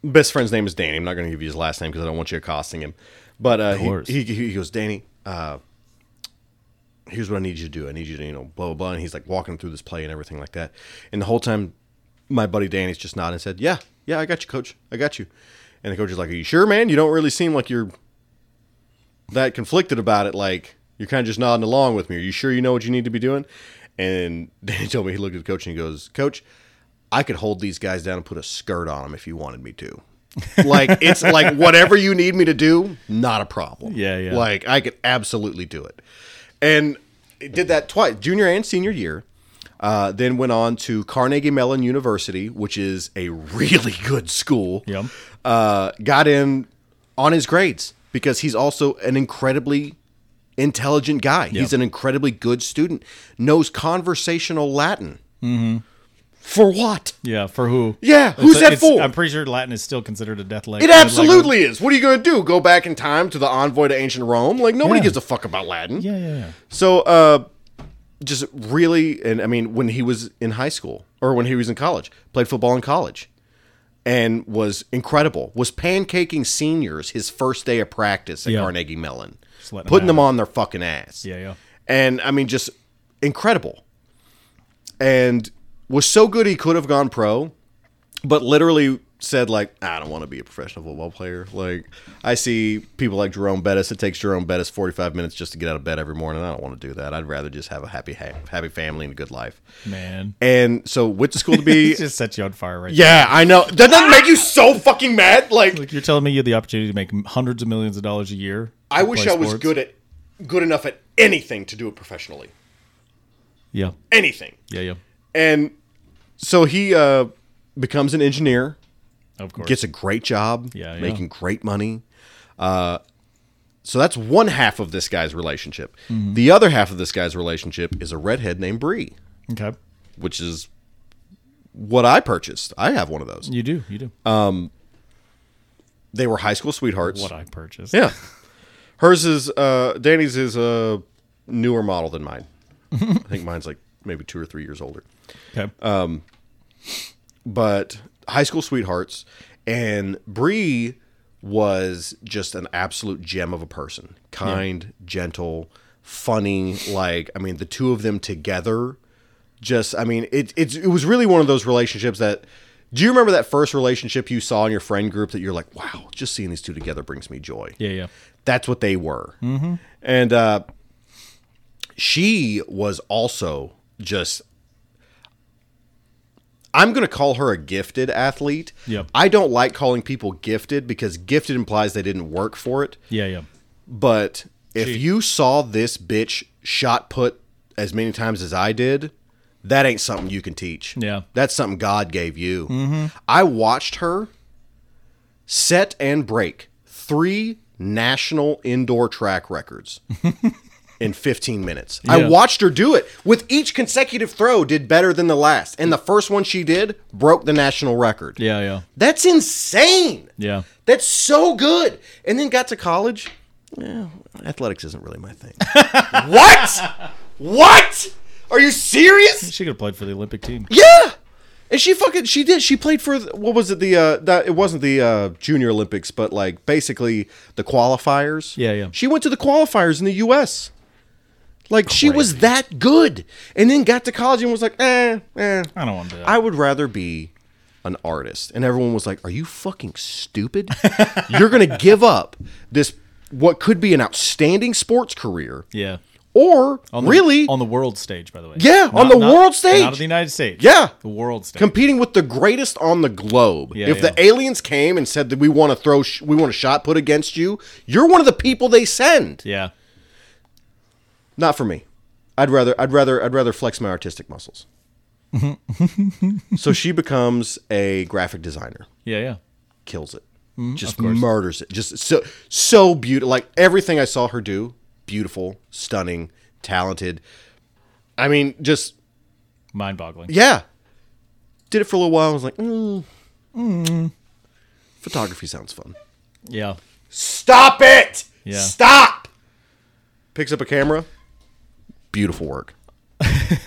S2: best friend's name is Danny. I'm not going to give you his last name because I don't want you accosting him. But uh,
S1: course.
S2: he, he he goes, Danny, uh, here's what I need you to do. I need you to you know blah blah blah. And he's like walking through this play and everything like that. And the whole time, my buddy Danny's just nodding and said, Yeah, yeah, I got you, coach. I got you. And the coach is like, Are you sure, man? You don't really seem like you're that conflicted about it. Like you're kind of just nodding along with me. Are you sure you know what you need to be doing? And Danny told me he looked at the coach and he goes, Coach, I could hold these guys down and put a skirt on them if you wanted me to. like it's like whatever you need me to do, not a problem.
S1: Yeah, yeah.
S2: Like I could absolutely do it. And it did that twice, junior and senior year. Uh, then went on to Carnegie Mellon University, which is a really good school
S1: Yep.
S2: uh, got in on his grades because he's also an incredibly intelligent guy. He's an incredibly good student. Knows conversational Latin. Mm-hmm. For what?
S1: Yeah, for who?
S2: Yeah,
S1: It's-
S2: who's that
S1: it's-
S2: for?
S1: I'm pretty sure Latin is still considered a death language.
S2: It absolutely is. What are you going to do? Go back in time to the envoy to ancient Rome? Like nobody
S1: Yeah.
S2: gives a fuck about Latin.
S1: yeah, yeah, yeah.
S2: So, uh, just really, and I mean, when he was in high school or when he was in college, played football in college, and was incredible. Was pancaking seniors his first day of practice at
S1: Yeah.
S2: Carnegie Mellon,
S1: letting them
S2: putting them
S1: have
S2: on their fucking ass.
S1: Yeah, yeah.
S2: And I mean, just incredible. and was so good he could have gone pro, but literally said like I don't want to be a professional football player. Like I see people like Jerome Bettis. It takes Jerome Bettis forty five minutes just to get out of bed every morning. I don't want to do that. I'd rather just have a happy ha- happy family and a good life.
S1: man.
S2: And so went to school to be.
S1: It just set you on fire right
S2: yeah, I know. That doesn't make you so fucking mad. Like
S1: Like you're telling me you had the opportunity to make hundreds of millions of dollars a year.
S2: I
S1: to
S2: wish
S1: play
S2: I was
S1: sports.
S2: good at good enough at anything to do it professionally.
S1: Yeah,
S2: Anything.
S1: yeah, yeah.
S2: And so he uh, becomes an engineer,
S1: Of course.
S2: gets a great job,
S1: Yeah, yeah.
S2: making great money. Uh, so that's one half of this guy's relationship.
S1: Mm-hmm.
S2: The other half of this guy's relationship is a redhead named Bree,
S1: okay.
S2: which is what I purchased. I have one of those.
S1: You do. You do.
S2: Uh, They were high school sweethearts.
S1: what I purchased.
S2: Yeah. Hers is uh Danny's is a newer model than mine. I think mine's like maybe 2 or 3 years older.
S1: Okay.
S2: Uh, But high school sweethearts and Bree was just an absolute gem of a person. Kind, gentle, funny, like I mean the two of them together just I mean it it's it was really one of those relationships that do you remember that first relationship you saw in your friend group that you're like, wow, just seeing these two together brings me joy?
S1: yeah, yeah.
S2: that's what they were. And uh, she was also just. I'm going to call her a gifted athlete.
S1: Yep.
S2: I don't like calling people gifted because gifted implies they didn't work for it.
S1: Yeah, yeah.
S2: But if you saw this bitch shot put as many times as I did, that ain't something you can teach.
S1: Yeah. Mm-hmm.
S2: That's something God gave you. I watched her set and break three national indoor track records in 15 minutes. I
S1: Yeah.
S2: watched her do it. With each consecutive throw did better than the last. And the first one she did broke the national record.
S1: Yeah, yeah.
S2: That's insane.
S1: Yeah.
S2: That's so good. And then got to college. Yeah, athletics isn't really my thing. what? What? Are you serious?
S1: She could have played for the Olympic team.
S2: Yeah. And she fucking she did. She played for the- what was it the uh that it wasn't the uh junior Olympics, but like basically the qualifiers.
S1: Yeah, yeah.
S2: She went to the qualifiers in the US. Like she was that good. And then got to college and was like, "Eh, eh,
S1: I don't want to do that.
S2: I would rather be an artist. And everyone was like, Are you fucking stupid? You're going to give up this, what could be an outstanding sports career,
S1: yeah.
S2: or really
S1: On the world stage, by the way.
S2: Yeah, on the world stage.
S1: Not of the United States.
S2: Yeah.
S1: The world stage.
S2: competing with the greatest on the globe.
S1: Yeah,
S2: if
S1: yeah.
S2: the aliens came and said that we want to throw, sh- we want a shot put against you, you're one of the people they send.
S1: yeah.
S2: Not for me. I'd rather, I'd rather, I'd rather flex my artistic muscles.
S1: Mm-hmm.
S2: so she becomes a graphic designer.
S1: Yeah, yeah.
S2: kills it. just murders it. Just so so beautiful. Like everything I saw her do, beautiful, stunning, talented. I mean, just
S1: Mind boggling.
S2: yeah. Did it for a little while. I was like, mm. photography sounds fun.
S1: Yeah.
S2: Stop it!
S1: Yeah.
S2: Stop! Picks up a camera. Beautiful work.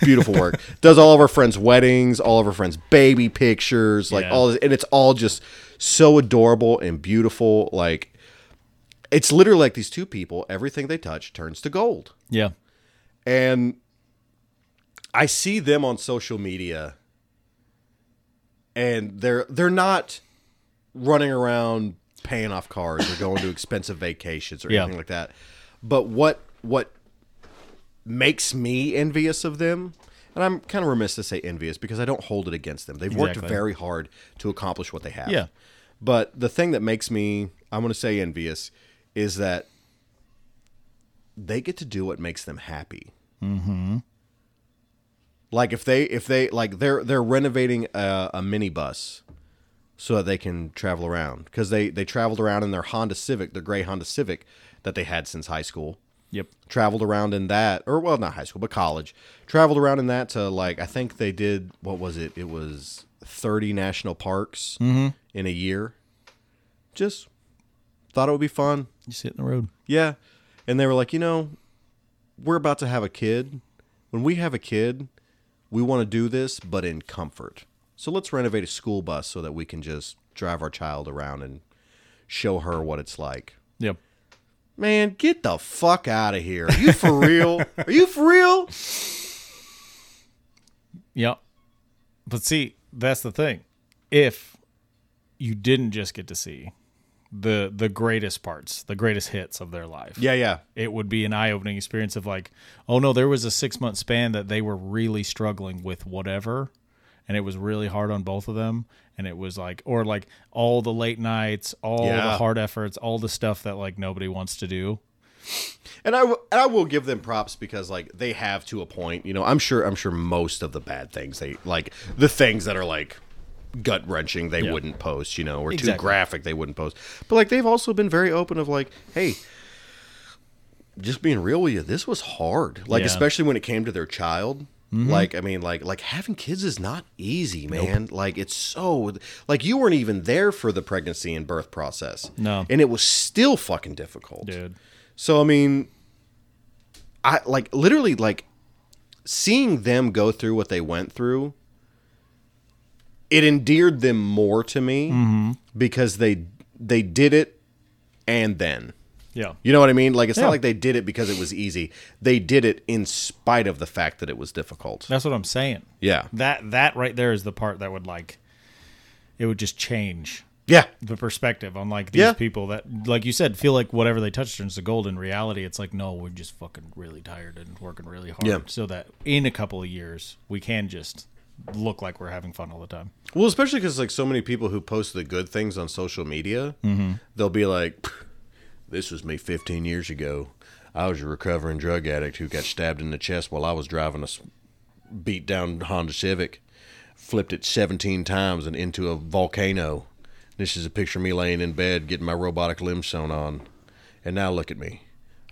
S2: Beautiful work. Does all of our friends' weddings, all of our friends' baby pictures, like
S1: Yeah.
S2: all this, and it's all just so adorable and beautiful. Like it's literally like these two people, everything they touch turns to gold.
S1: Yeah.
S2: And I see them on social media and they're they're not running around paying off cars or going to expensive vacations or
S1: Yeah.
S2: anything like that. But what what makes me envious of them, and I'm kind of remiss to say envious because I don't hold it against them. They've worked
S1: Exactly.
S2: very hard to accomplish what they have.
S1: Yeah.
S2: But the thing that makes me I'm going to say envious is that they get to do what makes them happy. Like if they if they like they're they're renovating a, a minibus so that they can travel around because they they traveled around in their Honda Civic, their gray Honda Civic that they had since high school.
S1: Yep.
S2: Traveled around in that, or well, not high school, but college. Traveled around in that to like I think they did what was it? It was thirty national parks in a year. Just thought it would be fun.
S1: You sit in the road.
S2: Yeah. And they were like, you know, we're about to have a kid. When we have a kid, we want to do this, but in comfort. So let's renovate a school bus so that we can just drive our child around and show her what it's like.
S1: Yep.
S2: Man, get the fuck out of here. Are you for real? Are you for real?
S1: Yep. But see, that's the thing. If you didn't just get to see the the greatest parts, the greatest hits of their life,
S2: Yeah, yeah.
S1: it would be an eye opening experience of like, oh no, there was a six month span that they were really struggling with whatever. And it was really hard on both of them. And it was like, or like all the late nights, all the
S2: Yeah.
S1: hard efforts, all the stuff that like nobody wants to do.
S2: And I w- and I will give them props because like they have to a point. You know, I'm sure I'm sure most of the bad things they like the things that are like gut wrenching they wouldn't post. You know, or too
S1: Exactly.
S2: graphic they wouldn't post. But like they've also been very open of like, hey. Just being real with you, this was hard. Like
S1: Yeah. Mm-hmm.
S2: especially when it came to their child. Like I mean, like like having kids is not easy, man. Like it's so like you weren't even there for the pregnancy and birth process.
S1: No.
S2: and it was still fucking difficult.
S1: Dude.
S2: So I mean, I like literally like seeing them go through what they went through. It endeared them more to me because they they did it and then.
S1: Yeah.
S2: You know what I mean? Like it's
S1: Yeah.
S2: not like they did it because it was easy. They did it in spite of the fact that it was difficult.
S1: That's what I'm saying.
S2: Yeah.
S1: That that right there is the part that would like it would just change
S2: Yeah.
S1: the perspective on like these
S2: Yeah.
S1: people that like you said feel like whatever they touch turns to gold in reality it's like no we're just fucking really tired and working really hard
S2: Yeah.
S1: so that in a couple of years we can just look like we're having fun all the time
S2: Well, especially because like so many people who post the good things on social media, they'll be like, "This was me 15 years ago. I was a recovering drug addict who got stabbed in the chest while I was driving a s- beat down Honda Civic, flipped it 17 times and into a volcano. This is a picture of me laying in bed getting my robotic limbs sewn on, and now look at me.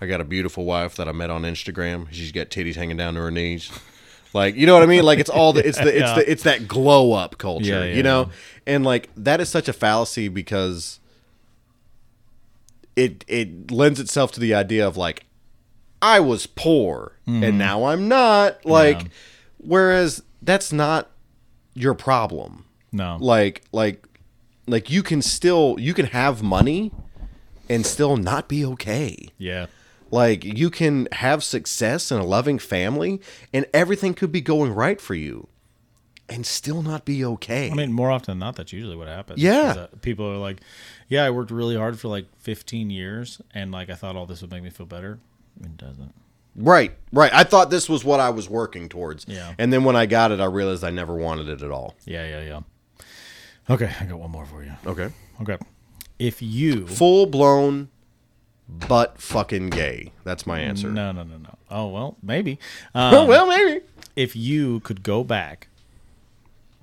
S2: I got a beautiful wife that I met on Instagram. She's got titties hanging down to her knees." Like you know what I mean? Like it's all the it's the it's
S1: Yeah.
S2: the it's that glow up culture,
S1: Yeah, yeah.
S2: you know? And like that is such a fallacy because it it lends itself to the idea of like I was poor
S1: Mm-hmm.
S2: and now I'm not. Like whereas that's not your problem.
S1: no
S2: Like like like you can still you can have money and still not be okay.
S1: yeah
S2: Like you can have success and a loving family, and everything could be going right for you, and still not be okay.
S1: I mean, more often than not, that's usually what happens.
S2: Yeah.
S1: Is that people are like, yeah, I worked really hard for like 15 years, and like I thought all this would make me feel better. It doesn't.
S2: right, right. I thought this was what I was working towards,
S1: Yeah.
S2: and then when I got it, I realized I never wanted it at all.
S1: Yeah, yeah, yeah. Okay, I got one more for you.
S2: Okay,
S1: Okay, if you
S2: full blown, butt fucking gay. That's my answer.
S1: no no no no oh well maybe
S2: Oh
S1: um,
S2: well, maybe.
S1: if you could go back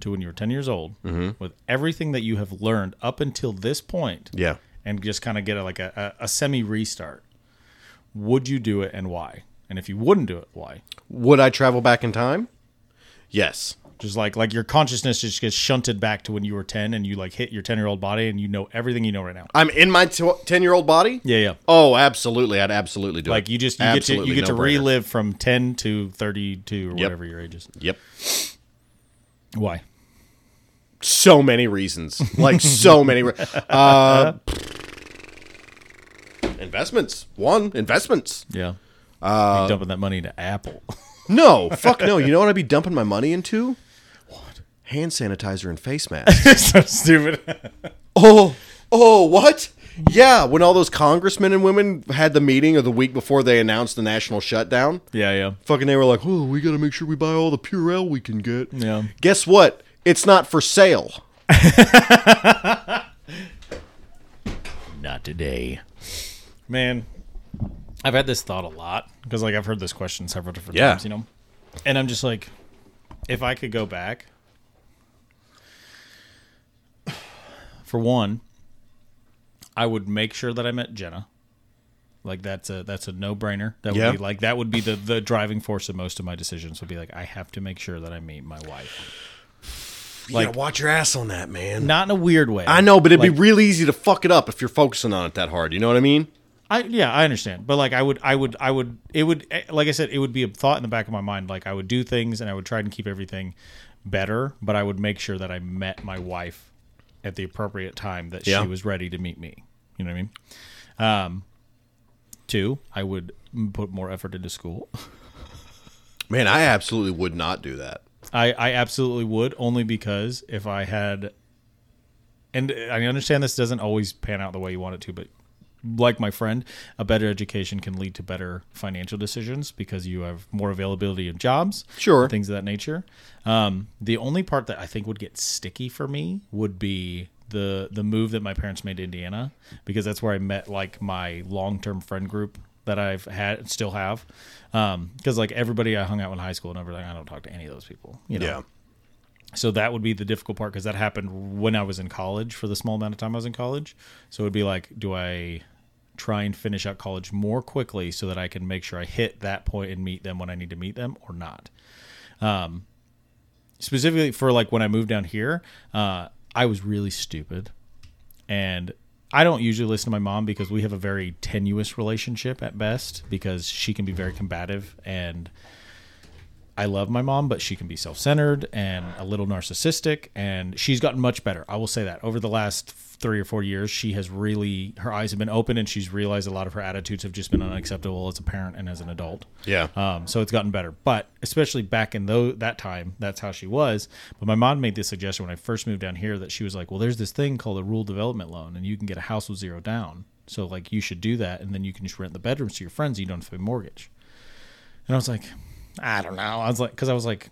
S1: to when you were 10 years old with everything that you have learned up until this point
S2: Yeah.
S1: and just kind of get a, like a, a, a semi restart would you do it and why and if you wouldn't do it why
S2: Would I travel back in time? Yes.
S1: just like like your consciousness just gets shunted back to when you were 10 and you like hit your 10 year old body and you know everything you know right now
S2: I'm in my ten year old body.
S1: yeah yeah
S2: Oh, absolutely. I'd absolutely do it.
S1: like you just you get to you
S2: Absolutely
S1: get to
S2: no-brainer.
S1: relive from 10 to 32 or whatever your age is
S2: Yep.
S1: why
S2: so many reasons like so many re- uh, investments one investments
S1: yeah uh, dumping that money into apple
S2: no fuck no you know what i'd be dumping my money into what hand sanitizer and face masks
S1: so stupid
S2: oh oh what yeah when all those congressmen and women had the meeting of the week before they announced the national shutdown
S1: Yeah, yeah.
S2: fucking they were like oh we gotta make sure we buy all the purell we can get
S1: Yeah.
S2: guess what it's not for sale
S1: Not today. Man, I've had this thought a lot because like I've heard this question several different
S2: Yeah.
S1: times, you know. And I'm just like if I could go back for one, I would make sure that I met Jenna. Like that's a that's a no brainer. That would
S2: Yeah.
S1: be like that would be the the driving force of most of my decisions would be like I have to make sure that I meet my wife.
S2: you gotta watch your ass on that man
S1: Not in a weird way.
S2: I know, but it'd
S1: Like-
S2: be real easy to fuck it up if you're focusing on it that hard. You know what I mean?
S1: I yeah, I understand. But like I would I would I would it would eh, like I said it would be a thought in the back of my mind like I would do things and I would try and keep everything better, but I would make sure that I met my wife at the appropriate time that
S2: Yeah.
S1: she was ready to meet me. You know what I mean? Um two, I would m- put more effort into school.
S2: Man, I absolutely would not do that.
S1: I, I absolutely would, only because if I had, and I understand this doesn't always pan out the way you want it to, but like my friend, a better education can lead to better financial decisions because you have more availability of jobs,
S2: Sure.
S1: things of that nature. Um, the only part that I think would get sticky for me would be the the move that my parents made to Indiana because that's where I met like my long term friend group that I've had still have because like everybody I hung out with in high school and everything I don't talk to any of those people you know
S2: Yeah.
S1: so that would be the difficult part because that happened when I was in college for the small amount of time I was in college. So it would be like, do I try and finish out college more quickly so that I can make sure I hit that point and meet them when I need to meet them or not? Um, specifically for like when I moved down here, uh, I was really stupid, and I don't usually listen to my mom because we have a very tenuous relationship at best because she can be very combative and. I love my mom, but she can be self centered and a little narcissistic, and she's gotten much better. I will say that over the last three or four years, she has really, her eyes have been open and she's realized a lot of her attitudes have just been unacceptable as a parent and as an adult.
S2: Yeah.
S1: Um, so it's gotten better, but especially back in tho- that time, that's how she was. But my mom made this suggestion when I first moved down here that she was like, "Well, there's this thing called a rural development loan, and you can get a house with zero down. So like, you should do that, and then you can just rent the bedrooms to your friends. And you don't have to pay mortgage." And I was like, "I don't know." I was like, because I was like,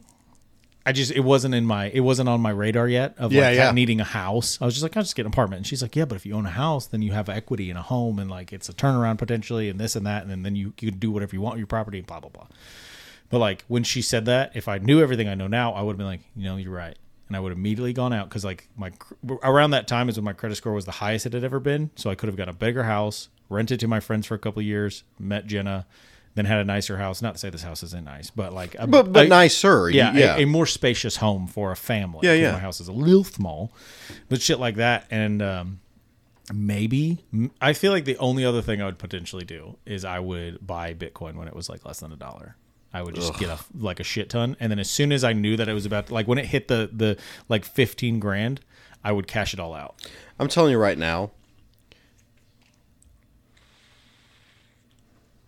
S1: I just it wasn't in my it wasn't on my radar yet of
S2: Yeah,
S1: like
S2: yeah.
S1: needing a house. I was just like, I'll just get an apartment. And she's like, Yeah, but if you own a house, then you have equity in a home and like it's a turnaround potentially and this and that, and then, then you, you can do whatever you want with your property and blah blah blah. But like when she said that, if I knew everything I know now, I would have been like, you know, you're right. And I would have immediately gone out because like my cr- around that time is when my credit score was the highest it had ever been. So I could have got a bigger house, rented to my friends for a couple of years, met Jenna, then had a nicer house. Not to say this house isn't nice, but like a,
S2: But but
S1: a-
S2: nicer.
S1: yeah,
S2: Yeah.
S1: A, a more spacious home for a family.
S2: Yeah,
S1: 'cause
S2: yeah.
S1: My house is a little small, but shit like that, and um, maybe m- I feel like the only other thing I would potentially do is I would buy Bitcoin when it was like less than a dollar. I would just get a like a shit ton, and then as soon as I knew that it was about like when it hit the the like fifteen grand, I would cash it all out.
S2: I'm telling you right now.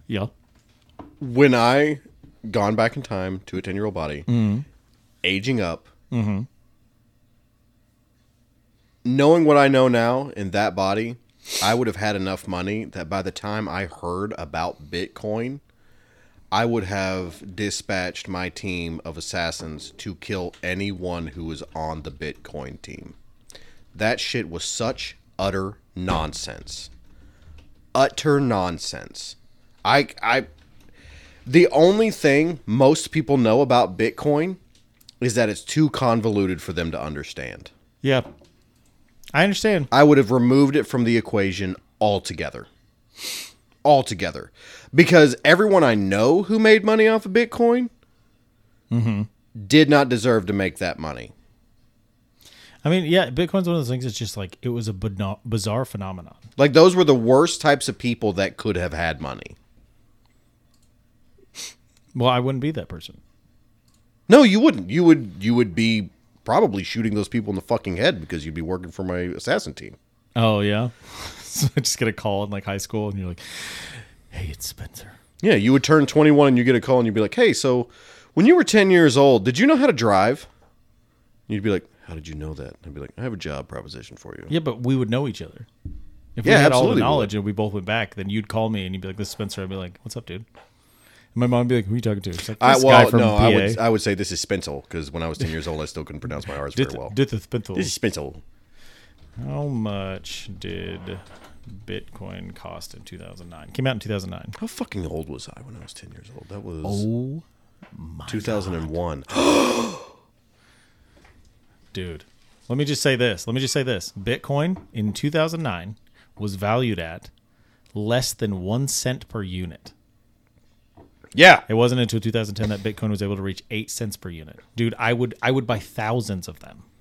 S1: Yeah.
S2: when I gone back in time to a ten year old body, aging up, knowing what I know now in that body, I would have had enough money that by the time I heard about Bitcoin, I would have dispatched my team of assassins to kill anyone who was on the Bitcoin team. That shit was such utter nonsense. Utter nonsense. I I the only thing most people know about Bitcoin is that it's too convoluted for them to understand.
S1: Yeah. I understand.
S2: I would have removed it from the equation altogether. Altogether. Because everyone I know who made money off of Bitcoin did not deserve to make that money.
S1: I mean, yeah, Bitcoin's one of those things that's just like it was a bino- bizarre phenomenon.
S2: Like, those were the worst types of people that could have had money.
S1: Well, I wouldn't be that person.
S2: No, you wouldn't. You would you would be probably shooting those people in the fucking head because you'd be working for my assassin team.
S1: Oh yeah. so I just get a call in like high school, and you're like, "Hey, it's Spencer."
S2: Yeah, you would turn 21 and you get a call and you'd be like, hey, so when you were 10 years old, did you know how to drive? And you'd be like, how did you know that? And I'd be like, I have a job proposition for you.
S1: Yeah, but we would know each other. If
S2: Yeah,
S1: we had all the
S2: absolutely
S1: knowledge and we both went back, then you'd call me and you'd be like, "This is Spencer." I'd be like, "What's up, dude?" And my mom would be like, "Who are you talking to?" It's like,
S2: I,
S1: "This
S2: well,
S1: guy from
S2: no,
S1: PA."
S2: I would I would say this is Spentel because when I was 10 years old, I still couldn't pronounce my R's
S1: did,
S2: very well.
S1: did the Spencer-
S2: This is Spentel.
S1: How much did Bitcoin cost in 2009? Came out in 2009.
S2: How fucking old was I when I was 10 years old? That was
S1: Oh,
S2: 2001.
S1: dude. Let me just say this. Let me just say this. Bitcoin in 2009 was valued at less than 1 cent per unit.
S2: yeah.
S1: It wasn't until 2010 that Bitcoin was able to reach 8 cents per unit. Dude, I would I would buy thousands of them.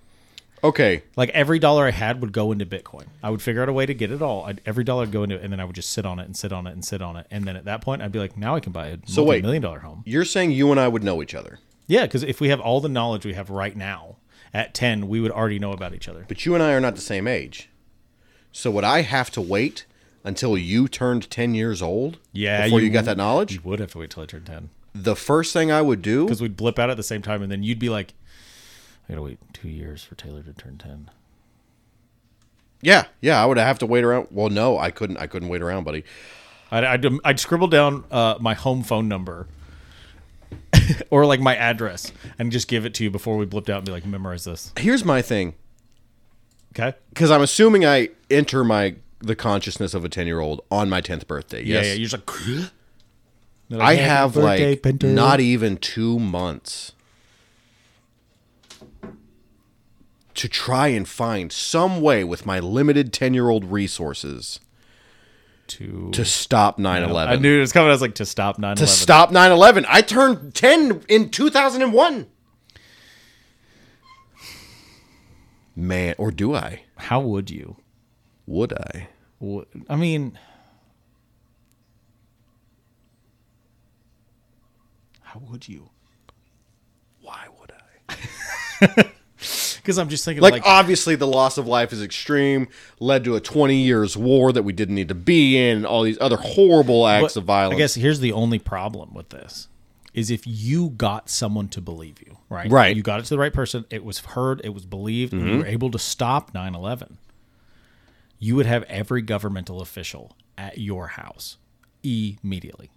S2: Okay.
S1: Like every dollar I had would go into Bitcoin. I would figure out a way to get it all. I'd, every dollar would go into it, and then I would just sit on it and sit on it and sit on it. And then at that point, I'd be like, now I can buy a
S2: So wait.
S1: million dollar home.
S2: You're saying you and I would know each other,
S1: Yeah, because if we have all the knowledge we have right now at 10, we would already know about each other.
S2: but you and I are not the same age. So would I have to wait until you turned 10 years old
S1: Yeah,
S2: before
S1: you
S2: you got that knowledge?
S1: You would have to wait till I turned 10
S2: the first thing I would do,
S1: because we'd blip out at the same time, and then you'd be like, I gotta wait two years for Taylor to turn ten.
S2: Yeah, yeah, I would have to wait around. Well, no, I couldn't. I couldn't wait around, buddy.
S1: I'd, I'd, I'd scribble down uh, my home phone number or like my address and just give it to you before we blipped out and be like, memorize this.
S2: Here's my thing,
S1: Okay.
S2: because I'm assuming I enter my the consciousness of a ten year old on my tenth birthday. Yes,
S1: Yeah, yeah. You're just like, They're like,
S2: I
S1: "Happy
S2: have
S1: birthday,
S2: like
S1: Pinto."
S2: not even two months to try and find some way with my limited ten year old resources
S1: to,
S2: to stop 9
S1: I
S2: 11.
S1: knew it was coming. I was like, to stop 9
S2: To stop 9 11. I turned 10 in 2001. Man, or do I?
S1: How would you?
S2: Would I?
S1: Wh- I mean, how would you?
S2: Why would I?
S1: Because I'm just thinking,
S2: Like,
S1: like,
S2: obviously, the loss of life is extreme, led to a 20 years war that we didn't need to be in, all these other horrible acts
S1: But
S2: of violence.
S1: I guess here's the only problem with this is if you got someone to believe you, right?
S2: Right. Mm-hmm.
S1: You got it to the right person. It was heard. It was believed. and You were able to stop 9-11. You would have every governmental official at your house immediately.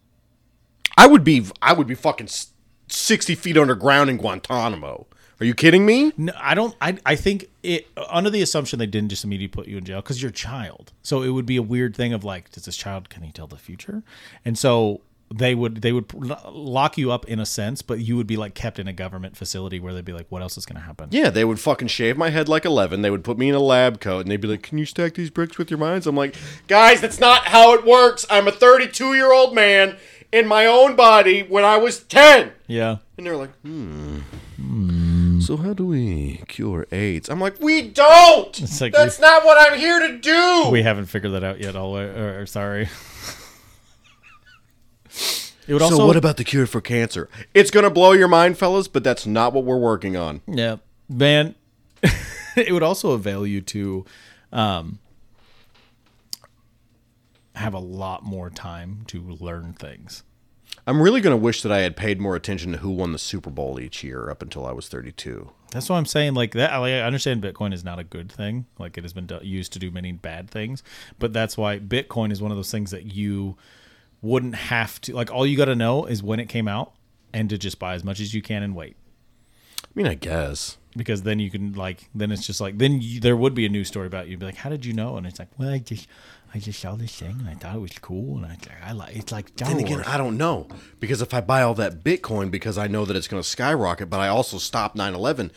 S2: I would be I would be fucking s- sixty feet underground in Guantanamo. Are you kidding me?
S1: No, I don't. I, I think it under the assumption they didn't just immediately put you in jail because you're a child. So it would be a weird thing of like, does this child can he tell the future? And so they would they would lock you up in a sense, but you would be like kept in a government facility where they'd be like, what else is going to happen?
S2: Yeah, they would fucking shave my head like eleven. They would put me in a lab coat and they'd be like, "Can you stack these bricks with your minds?" I'm like, "Guys, that's not how it works. I'm a 32 year old man in my own body when I was 10."
S1: Yeah.
S2: And they're like, "Hmm." So how do we cure AIDS? I'm like, "We don't.
S1: like
S2: that's not what I'm here to do."
S1: We haven't figured that out yet. All or, or sorry. it would
S2: so
S1: also
S2: what about the cure for cancer? It's gonna blow your mind, fellas, but that's not what we're working on.
S1: Yeah, man. it would also avail you to um, have a lot more time to learn things.
S2: I'm really going to wish that I had paid more attention to who won the Super Bowl each year up until I was 32.
S1: That's what I'm saying. Like that, like, I understand Bitcoin is not a good thing. Like it has been do- used to do many bad things, but that's why Bitcoin is one of those things that you wouldn't have to. Like all you got to know is when it came out, and to just buy as much as you can and wait.
S2: I mean, I guess.
S1: because then you can like then it's just like then you, there would be a news story about you be like how did you know and it's like well I just I just saw this thing and I thought it was cool and I I like it's like Star
S2: And again,
S1: Wars.
S2: I don't know because if I buy all that Bitcoin because I know that it's going to skyrocket, but I also stop 9/11.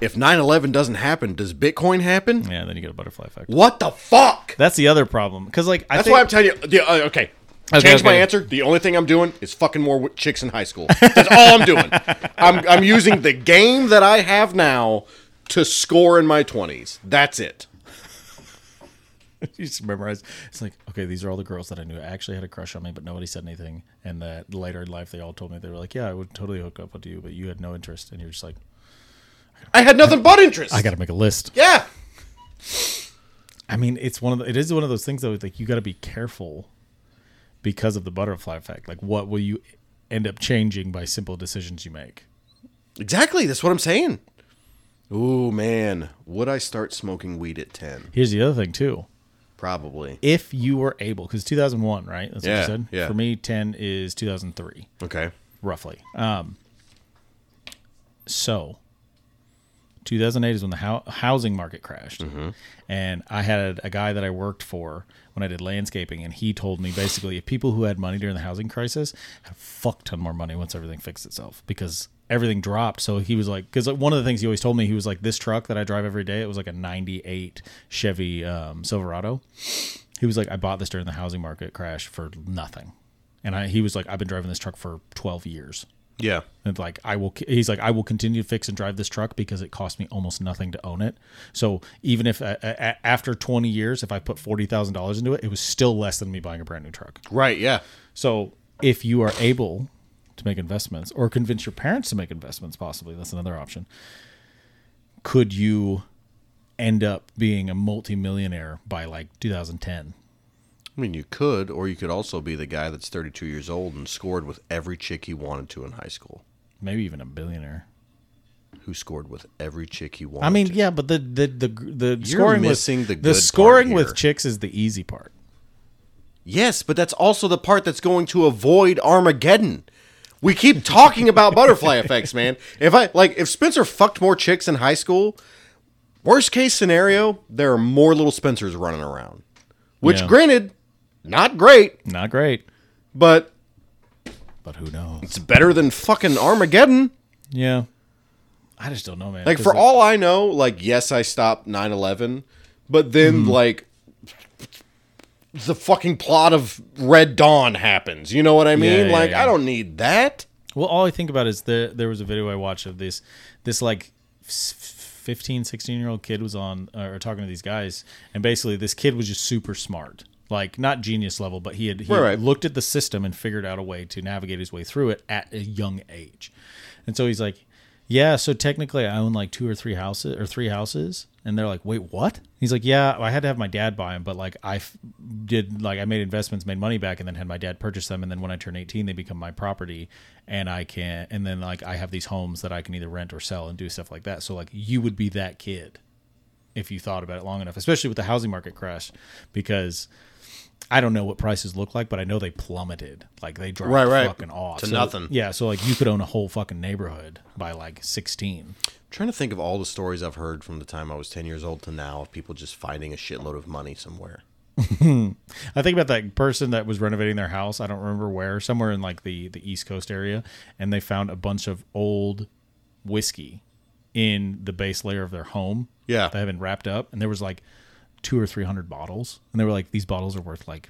S2: If 9/11 doesn't happen, does Bitcoin happen?
S1: yeah then you get a butterfly effect
S2: What the fuck?
S1: that's the other problem because like I
S2: That's
S1: think,
S2: why I'm telling you. The, uh, okay.
S1: Okay,
S2: Change my
S1: okay.
S2: answer. The only thing I'm doing is fucking more w- chicks in high school. That's all I'm doing. I'm, I'm using the game that I have now to score in my 20s. That's it.
S1: you just memorize it's like okay these are all the girls that I knew actually had a crush on me but nobody said anything and that later in life they all told me they were like yeah I would totally hook up with you but you had no interest and you're just like
S2: I had nothing but interest.
S1: I got to make a list
S2: Yeah.
S1: I mean, it's one of the, it is one of those things though. it's Like you got to be careful because of the butterfly effect. Like, what will you end up changing by simple decisions you make?
S2: Exactly. That's what I'm saying. Ooh, man. Would I start smoking weed at 10?
S1: Here's the other thing too.
S2: Probably.
S1: If you were able, because 2001, right? That's what
S2: Yeah,
S1: you said.
S2: yeah.
S1: For me, 10 is 2003,
S2: Okay.
S1: roughly. Um. So. 2008 is when the hou- housing market crashed. And I had a guy that I worked for when I did landscaping, and he told me basically if people who had money during the housing crisis had a fuck ton more money once everything fixed itself because everything dropped. So he was like, because one of the things he always told me, he was like, this truck that I drive every day, it was like a 98 Chevy um, Silverado. He was like, I bought this during the housing market crash for nothing. And I, he was like, I've been driving this truck for 12 years.
S2: Yeah.
S1: And like I will, he's like I will continue to fix and drive this truck because it cost me almost nothing to own it. So even if uh, uh, after 20 years, if I put forty thousand dollars into it, it was still less than me buying a brand new truck.
S2: Right. Yeah.
S1: So if you are able to make investments or convince your parents to make investments, possibly that's another option. Could you end up being a multimillionaire by like 2010?
S2: I mean, you could, or you could also be the guy that's 32 years old and scored with every chick he wanted to in high school.
S1: Maybe even a billionaire.
S2: who scored with every chick he wanted.
S1: I mean, yeah, but the the the the
S2: You're
S1: scoring
S2: missing
S1: with
S2: the
S1: the
S2: good
S1: scoring
S2: part
S1: with
S2: here.
S1: chicks is the easy part.
S2: yes, but that's also the part that's going to avoid Armageddon. We keep talking about butterfly effects, man. If I like, if Spencer fucked more chicks in high school, worst case scenario, there are more little Spencers running around. Which,
S1: Yeah.
S2: granted, not great,
S1: Not great,
S2: but
S1: but who knows?
S2: it's better than fucking Armageddon.
S1: Yeah, I just don't know, man.
S2: Like
S1: 'Cause
S2: for all I know, like yes, I stopped 9/11, but then
S1: Hmm.
S2: like the fucking plot of Red Dawn happens. You know what I
S1: Yeah,
S2: mean?
S1: yeah,
S2: like
S1: yeah.
S2: I don't need that.
S1: Well, all I think about is there there was a video I watched of this this like s- 15, 16 year old kid was on uh, or talking to these guys, and basically this kid was just super smart, like not genius level, but he had he
S2: Right,
S1: had
S2: right.
S1: looked at the system and figured out a way to navigate his way through it at a young age, and so he's like. Yeah, so technically I own like two or three houses or three houses and they're like, "Wait, what?" He's like, "Yeah, I had to have my dad buy them, but like I f- did like I made investments, made money back and then had my dad purchase them and then when I turn 18 they become my property and I can and then like I have these homes that I can either rent or sell and do stuff like that." So like you would be that kid if you thought about it long enough, especially with the housing market crash because I don't know what prices look like, but I know they plummeted. Like they dropped
S2: Right, right.
S1: fucking off
S2: To
S1: So-
S2: nothing.
S1: Yeah, so like you could own a whole fucking neighborhood by like sixteen.
S2: I'm trying to think of all the stories I've heard from the time I was 10 years old to now of people just finding a shitload of money somewhere.
S1: I think about that person that was renovating their house. I don't remember where, somewhere in like the the East Coast area, and they found a bunch of old whiskey in the base layer of their home.
S2: Yeah.
S1: that had been wrapped up, and there was like two or three hundred bottles, and they were like, these bottles are worth like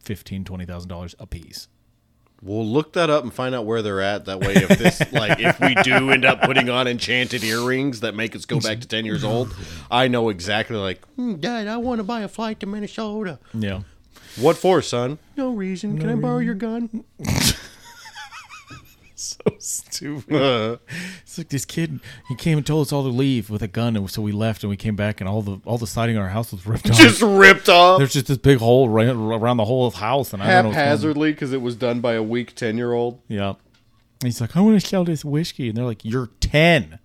S1: fifteen, twenty thousand dollars a piece.
S2: We'll look that up and find out where they're at. That way, if this, like, if we do end up putting on enchanted earrings that make us go back to ten years old, I know exactly. Like, "Hmm, Dad, I want to buy a flight to Minnesota.
S1: Yeah.
S2: What for, son? No reason. Can I borrow your gun?
S1: so stupid. It's like this kid. He came and told us all to leave with a gun, and so we left, and we came back, and all the all the siding on our house was ripped off.
S2: just ripped off
S1: There's just this big hole right around the whole house, and I don't know. what's going on.
S2: haphazardly because it was done by a weak ten year old.
S1: Yeah. And he's like, I want to sell this whiskey. And they're like, You're 10.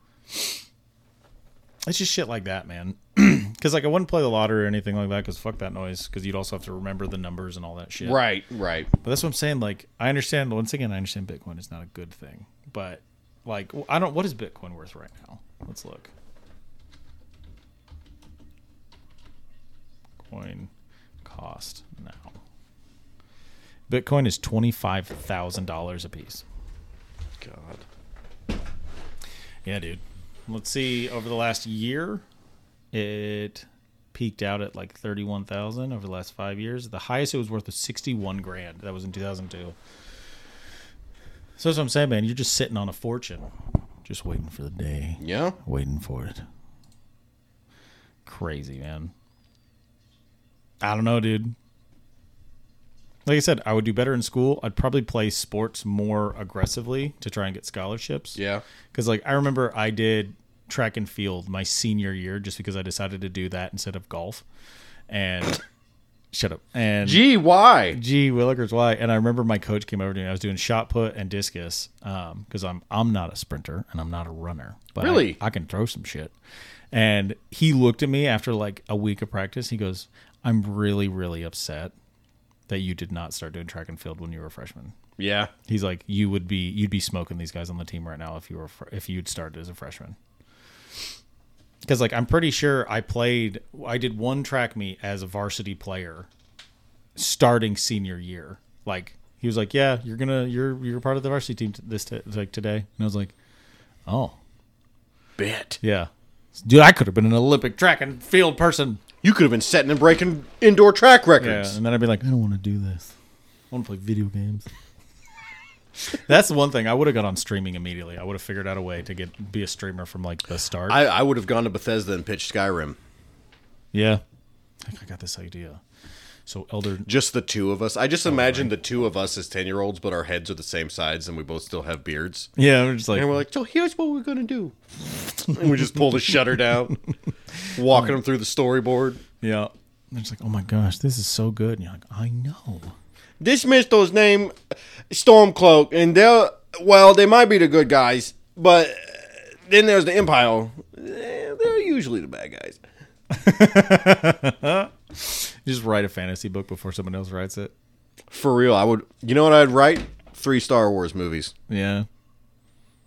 S1: It's just shit like that, man. Because, like, I wouldn't play the lottery or anything like that because fuck that noise. Because you'd also have to remember the numbers and all that shit.
S2: Right, right.
S1: But that's what I'm saying. Like, I understand, once again, I understand Bitcoin is not a good thing. But, like, I don't, what is Bitcoin worth right now? Let's look. Coin cost now. Bitcoin is $25,000 a piece.
S2: God,
S1: Yeah, dude. Let's see. Over the last year, it peaked out at like thirty-one thousand. Over the last five years, the highest it was worth was sixty-one grand. That was in two thousand two. So that's what I'm saying, man. You're just sitting on a fortune, just waiting for the day,
S2: yeah.
S1: waiting for it. Crazy, man. I don't know, dude. Like I said, I would do better in school. I'd probably play sports more aggressively to try and get scholarships.
S2: Yeah.
S1: Because like I remember I did track and field my senior year just because I decided to do that instead of golf. And shut up. And
S2: Gee, why?
S1: Gee Willikers, why? And I remember my coach came over to me. I was doing shot put and discus because I'm I'm not a sprinter and I'm not a runner, but I-
S2: Really?
S1: I, can throw some shit. And he looked at me after like a week of practice. He goes, "I'm really really upset that you did not start doing track and field when you were a freshman."
S2: Yeah.
S1: He's like, "You would be you'd be smoking these guys on the team right now if you were fr- if you'd started as a freshman." Because like I'm pretty sure I played I did one track meet as a varsity player, starting senior year. Like he was like, "Yeah, you're gonna you're you're part of the varsity team t- this t- like today," and I was like, "Oh
S2: Bit.
S1: yeah, dude, I could have been an Olympic track and field person."
S2: You could have been setting and breaking indoor track
S1: Yeah,
S2: records.
S1: and then I'd be like, I don't want to do this. I want to play video games. That's the one thing I would have got on streaming immediately. I would have figured out a way to get be a streamer from like the start.
S2: I, I would have gone to Bethesda and pitched Skyrim.
S1: yeah, I think I got this idea. So Elder,
S2: Just the two of us. I just imagine the two of us as ten year olds, but our heads are the same size and we both still have beards.
S1: yeah, we're just like
S2: And we're like, so here's what we're gonna do. and we just pull the shutter down, walking them through the storyboard.
S1: yeah. They're just like, oh my gosh, this is so good. And you're like, I know.
S2: This Mistle's name Stormcloak, and they're well, they might be the good guys, but then there's the Empire. Eh, They're usually the bad guys.
S1: You just write a fantasy book before someone else writes it.
S2: For real, I would. You know what I'd write? Three Star Wars movies.
S1: Yeah.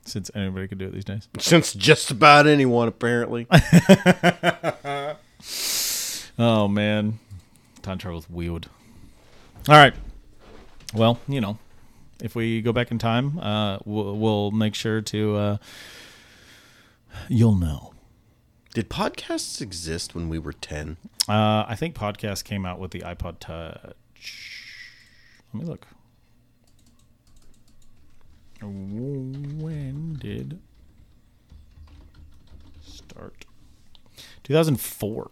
S1: Since anybody could do it these days.
S2: Since just about anyone apparently.
S1: Oh man, time travel's weird. All right. Well, you know, if we go back in time, uh, we'll, we'll make sure to. Uh, you'll know.
S2: Did podcasts exist when we were ten?
S1: Uh, I think podcast came out with the iPod Touch. Let me look. When did start? 2004.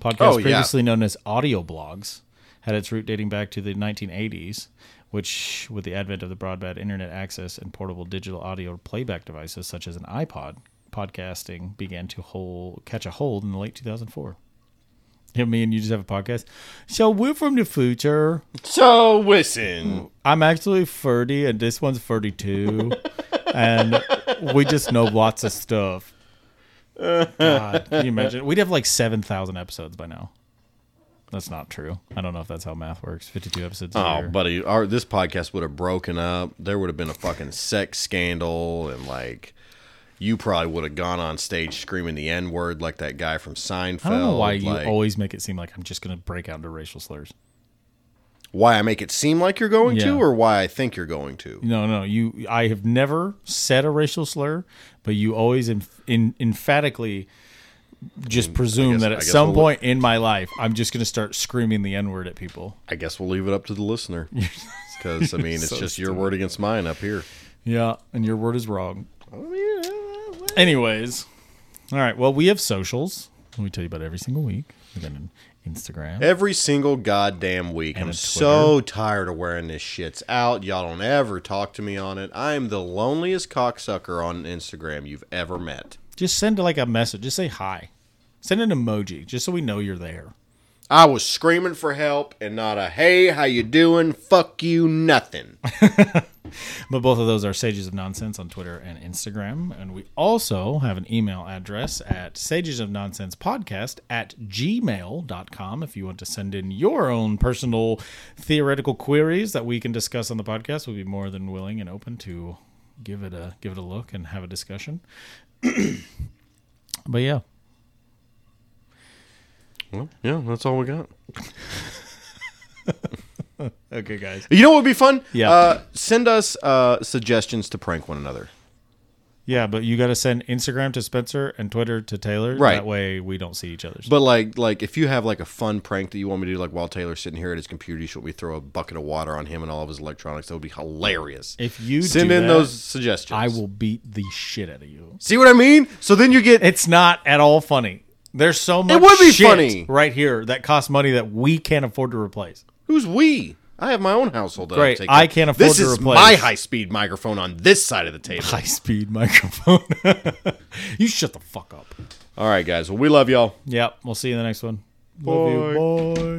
S1: Podcasts
S2: Oh, yeah.
S1: previously known as audio blogs had its root dating back to the 1980s, which, with the advent of the broadband internet access and portable digital audio playback devices such as an iPod, podcasting began to hole, catch a hold in the late 2004. Yeah, me and you just have a podcast. So we're from the future.
S2: So listen.
S1: I'm actually 30, and this one's 32, and we just know lots of stuff. God, can you imagine? We'd have like 7,000 episodes by now. That's not true. I don't know if that's how math works. 52 episodes. a
S2: Oh,
S1: year.
S2: buddy, our this podcast would have broken up. There would have been a fucking sex scandal, and like, you probably would have gone on stage screaming the n word like that guy from Seinfeld.
S1: I don't know why
S2: like-
S1: you always make it seem like I'm just going to break out into racial slurs.
S2: why I make it seem like you're going
S1: Yeah.
S2: to, or why I think you're going to.
S1: No, no, you. I have never said a racial slur, but you always in, in, emphatically just presume
S2: guess-
S1: that
S2: Mm, I
S1: at
S2: guess
S1: some
S2: we'll-
S1: point in my life, I'm just going to start screaming the N word at people.
S2: I guess we'll leave it up to the listener, because I mean, it's
S1: so
S2: just your word against mine up here.
S1: Yeah, and your word is wrong. Anyways, all right. Well, we have socials. We tell you about every single week. We've got an Instagram.
S2: Every single goddamn week.
S1: a
S2: I'm
S1: Twitter.
S2: so tired of wearing this shit's out. Y'all don't ever talk to me on it. I am the loneliest cocksucker on Instagram you've ever met.
S1: Just send like a message. Just say hi. Send an emoji just so we know you're there.
S2: I was screaming for help and not a hey, how you doing? Fuck you, nothing.
S1: But both of those are Sages of Nonsense on Twitter and Instagram. And we also have an email address at Sages of Nonsense Podcast at gmail.com if you want to send in your own personal theoretical queries that we can discuss on the podcast. We'll be more than willing and open to give it a give it a look and have a discussion. but yeah.
S2: Well, yeah, that's all we got.
S1: Okay, guys.
S2: You know what would be fun?
S1: Yeah.
S2: Uh, send us uh, suggestions to prank one another.
S1: Yeah, but you got to send Instagram to Spencer and Twitter to Taylor.
S2: Right.
S1: That way we don't see each other's.
S2: But like, like if you have like a fun prank that you want me to do, like while Taylor's sitting here at his computer, you should we throw a bucket of water on him and all of his electronics. That would be hilarious.
S1: If you
S2: send
S1: do
S2: in
S1: that,
S2: those suggestions,
S1: I will beat the shit out of you.
S2: See what I mean? So then you get
S1: It's not at all funny. There's so much
S2: would be
S1: shit
S2: funny.
S1: right here that costs money that we can't afford to replace.
S2: who's we? I have my own household. That
S1: Great,
S2: I'm
S1: I can't afford
S2: this
S1: to
S2: is
S1: replace.
S2: my high-speed microphone on this side of the table.
S1: High speed microphone. you shut the fuck up.
S2: All right, guys. Well, we love y'all.
S1: Yep, we'll see you in the next one. Love you. Bye.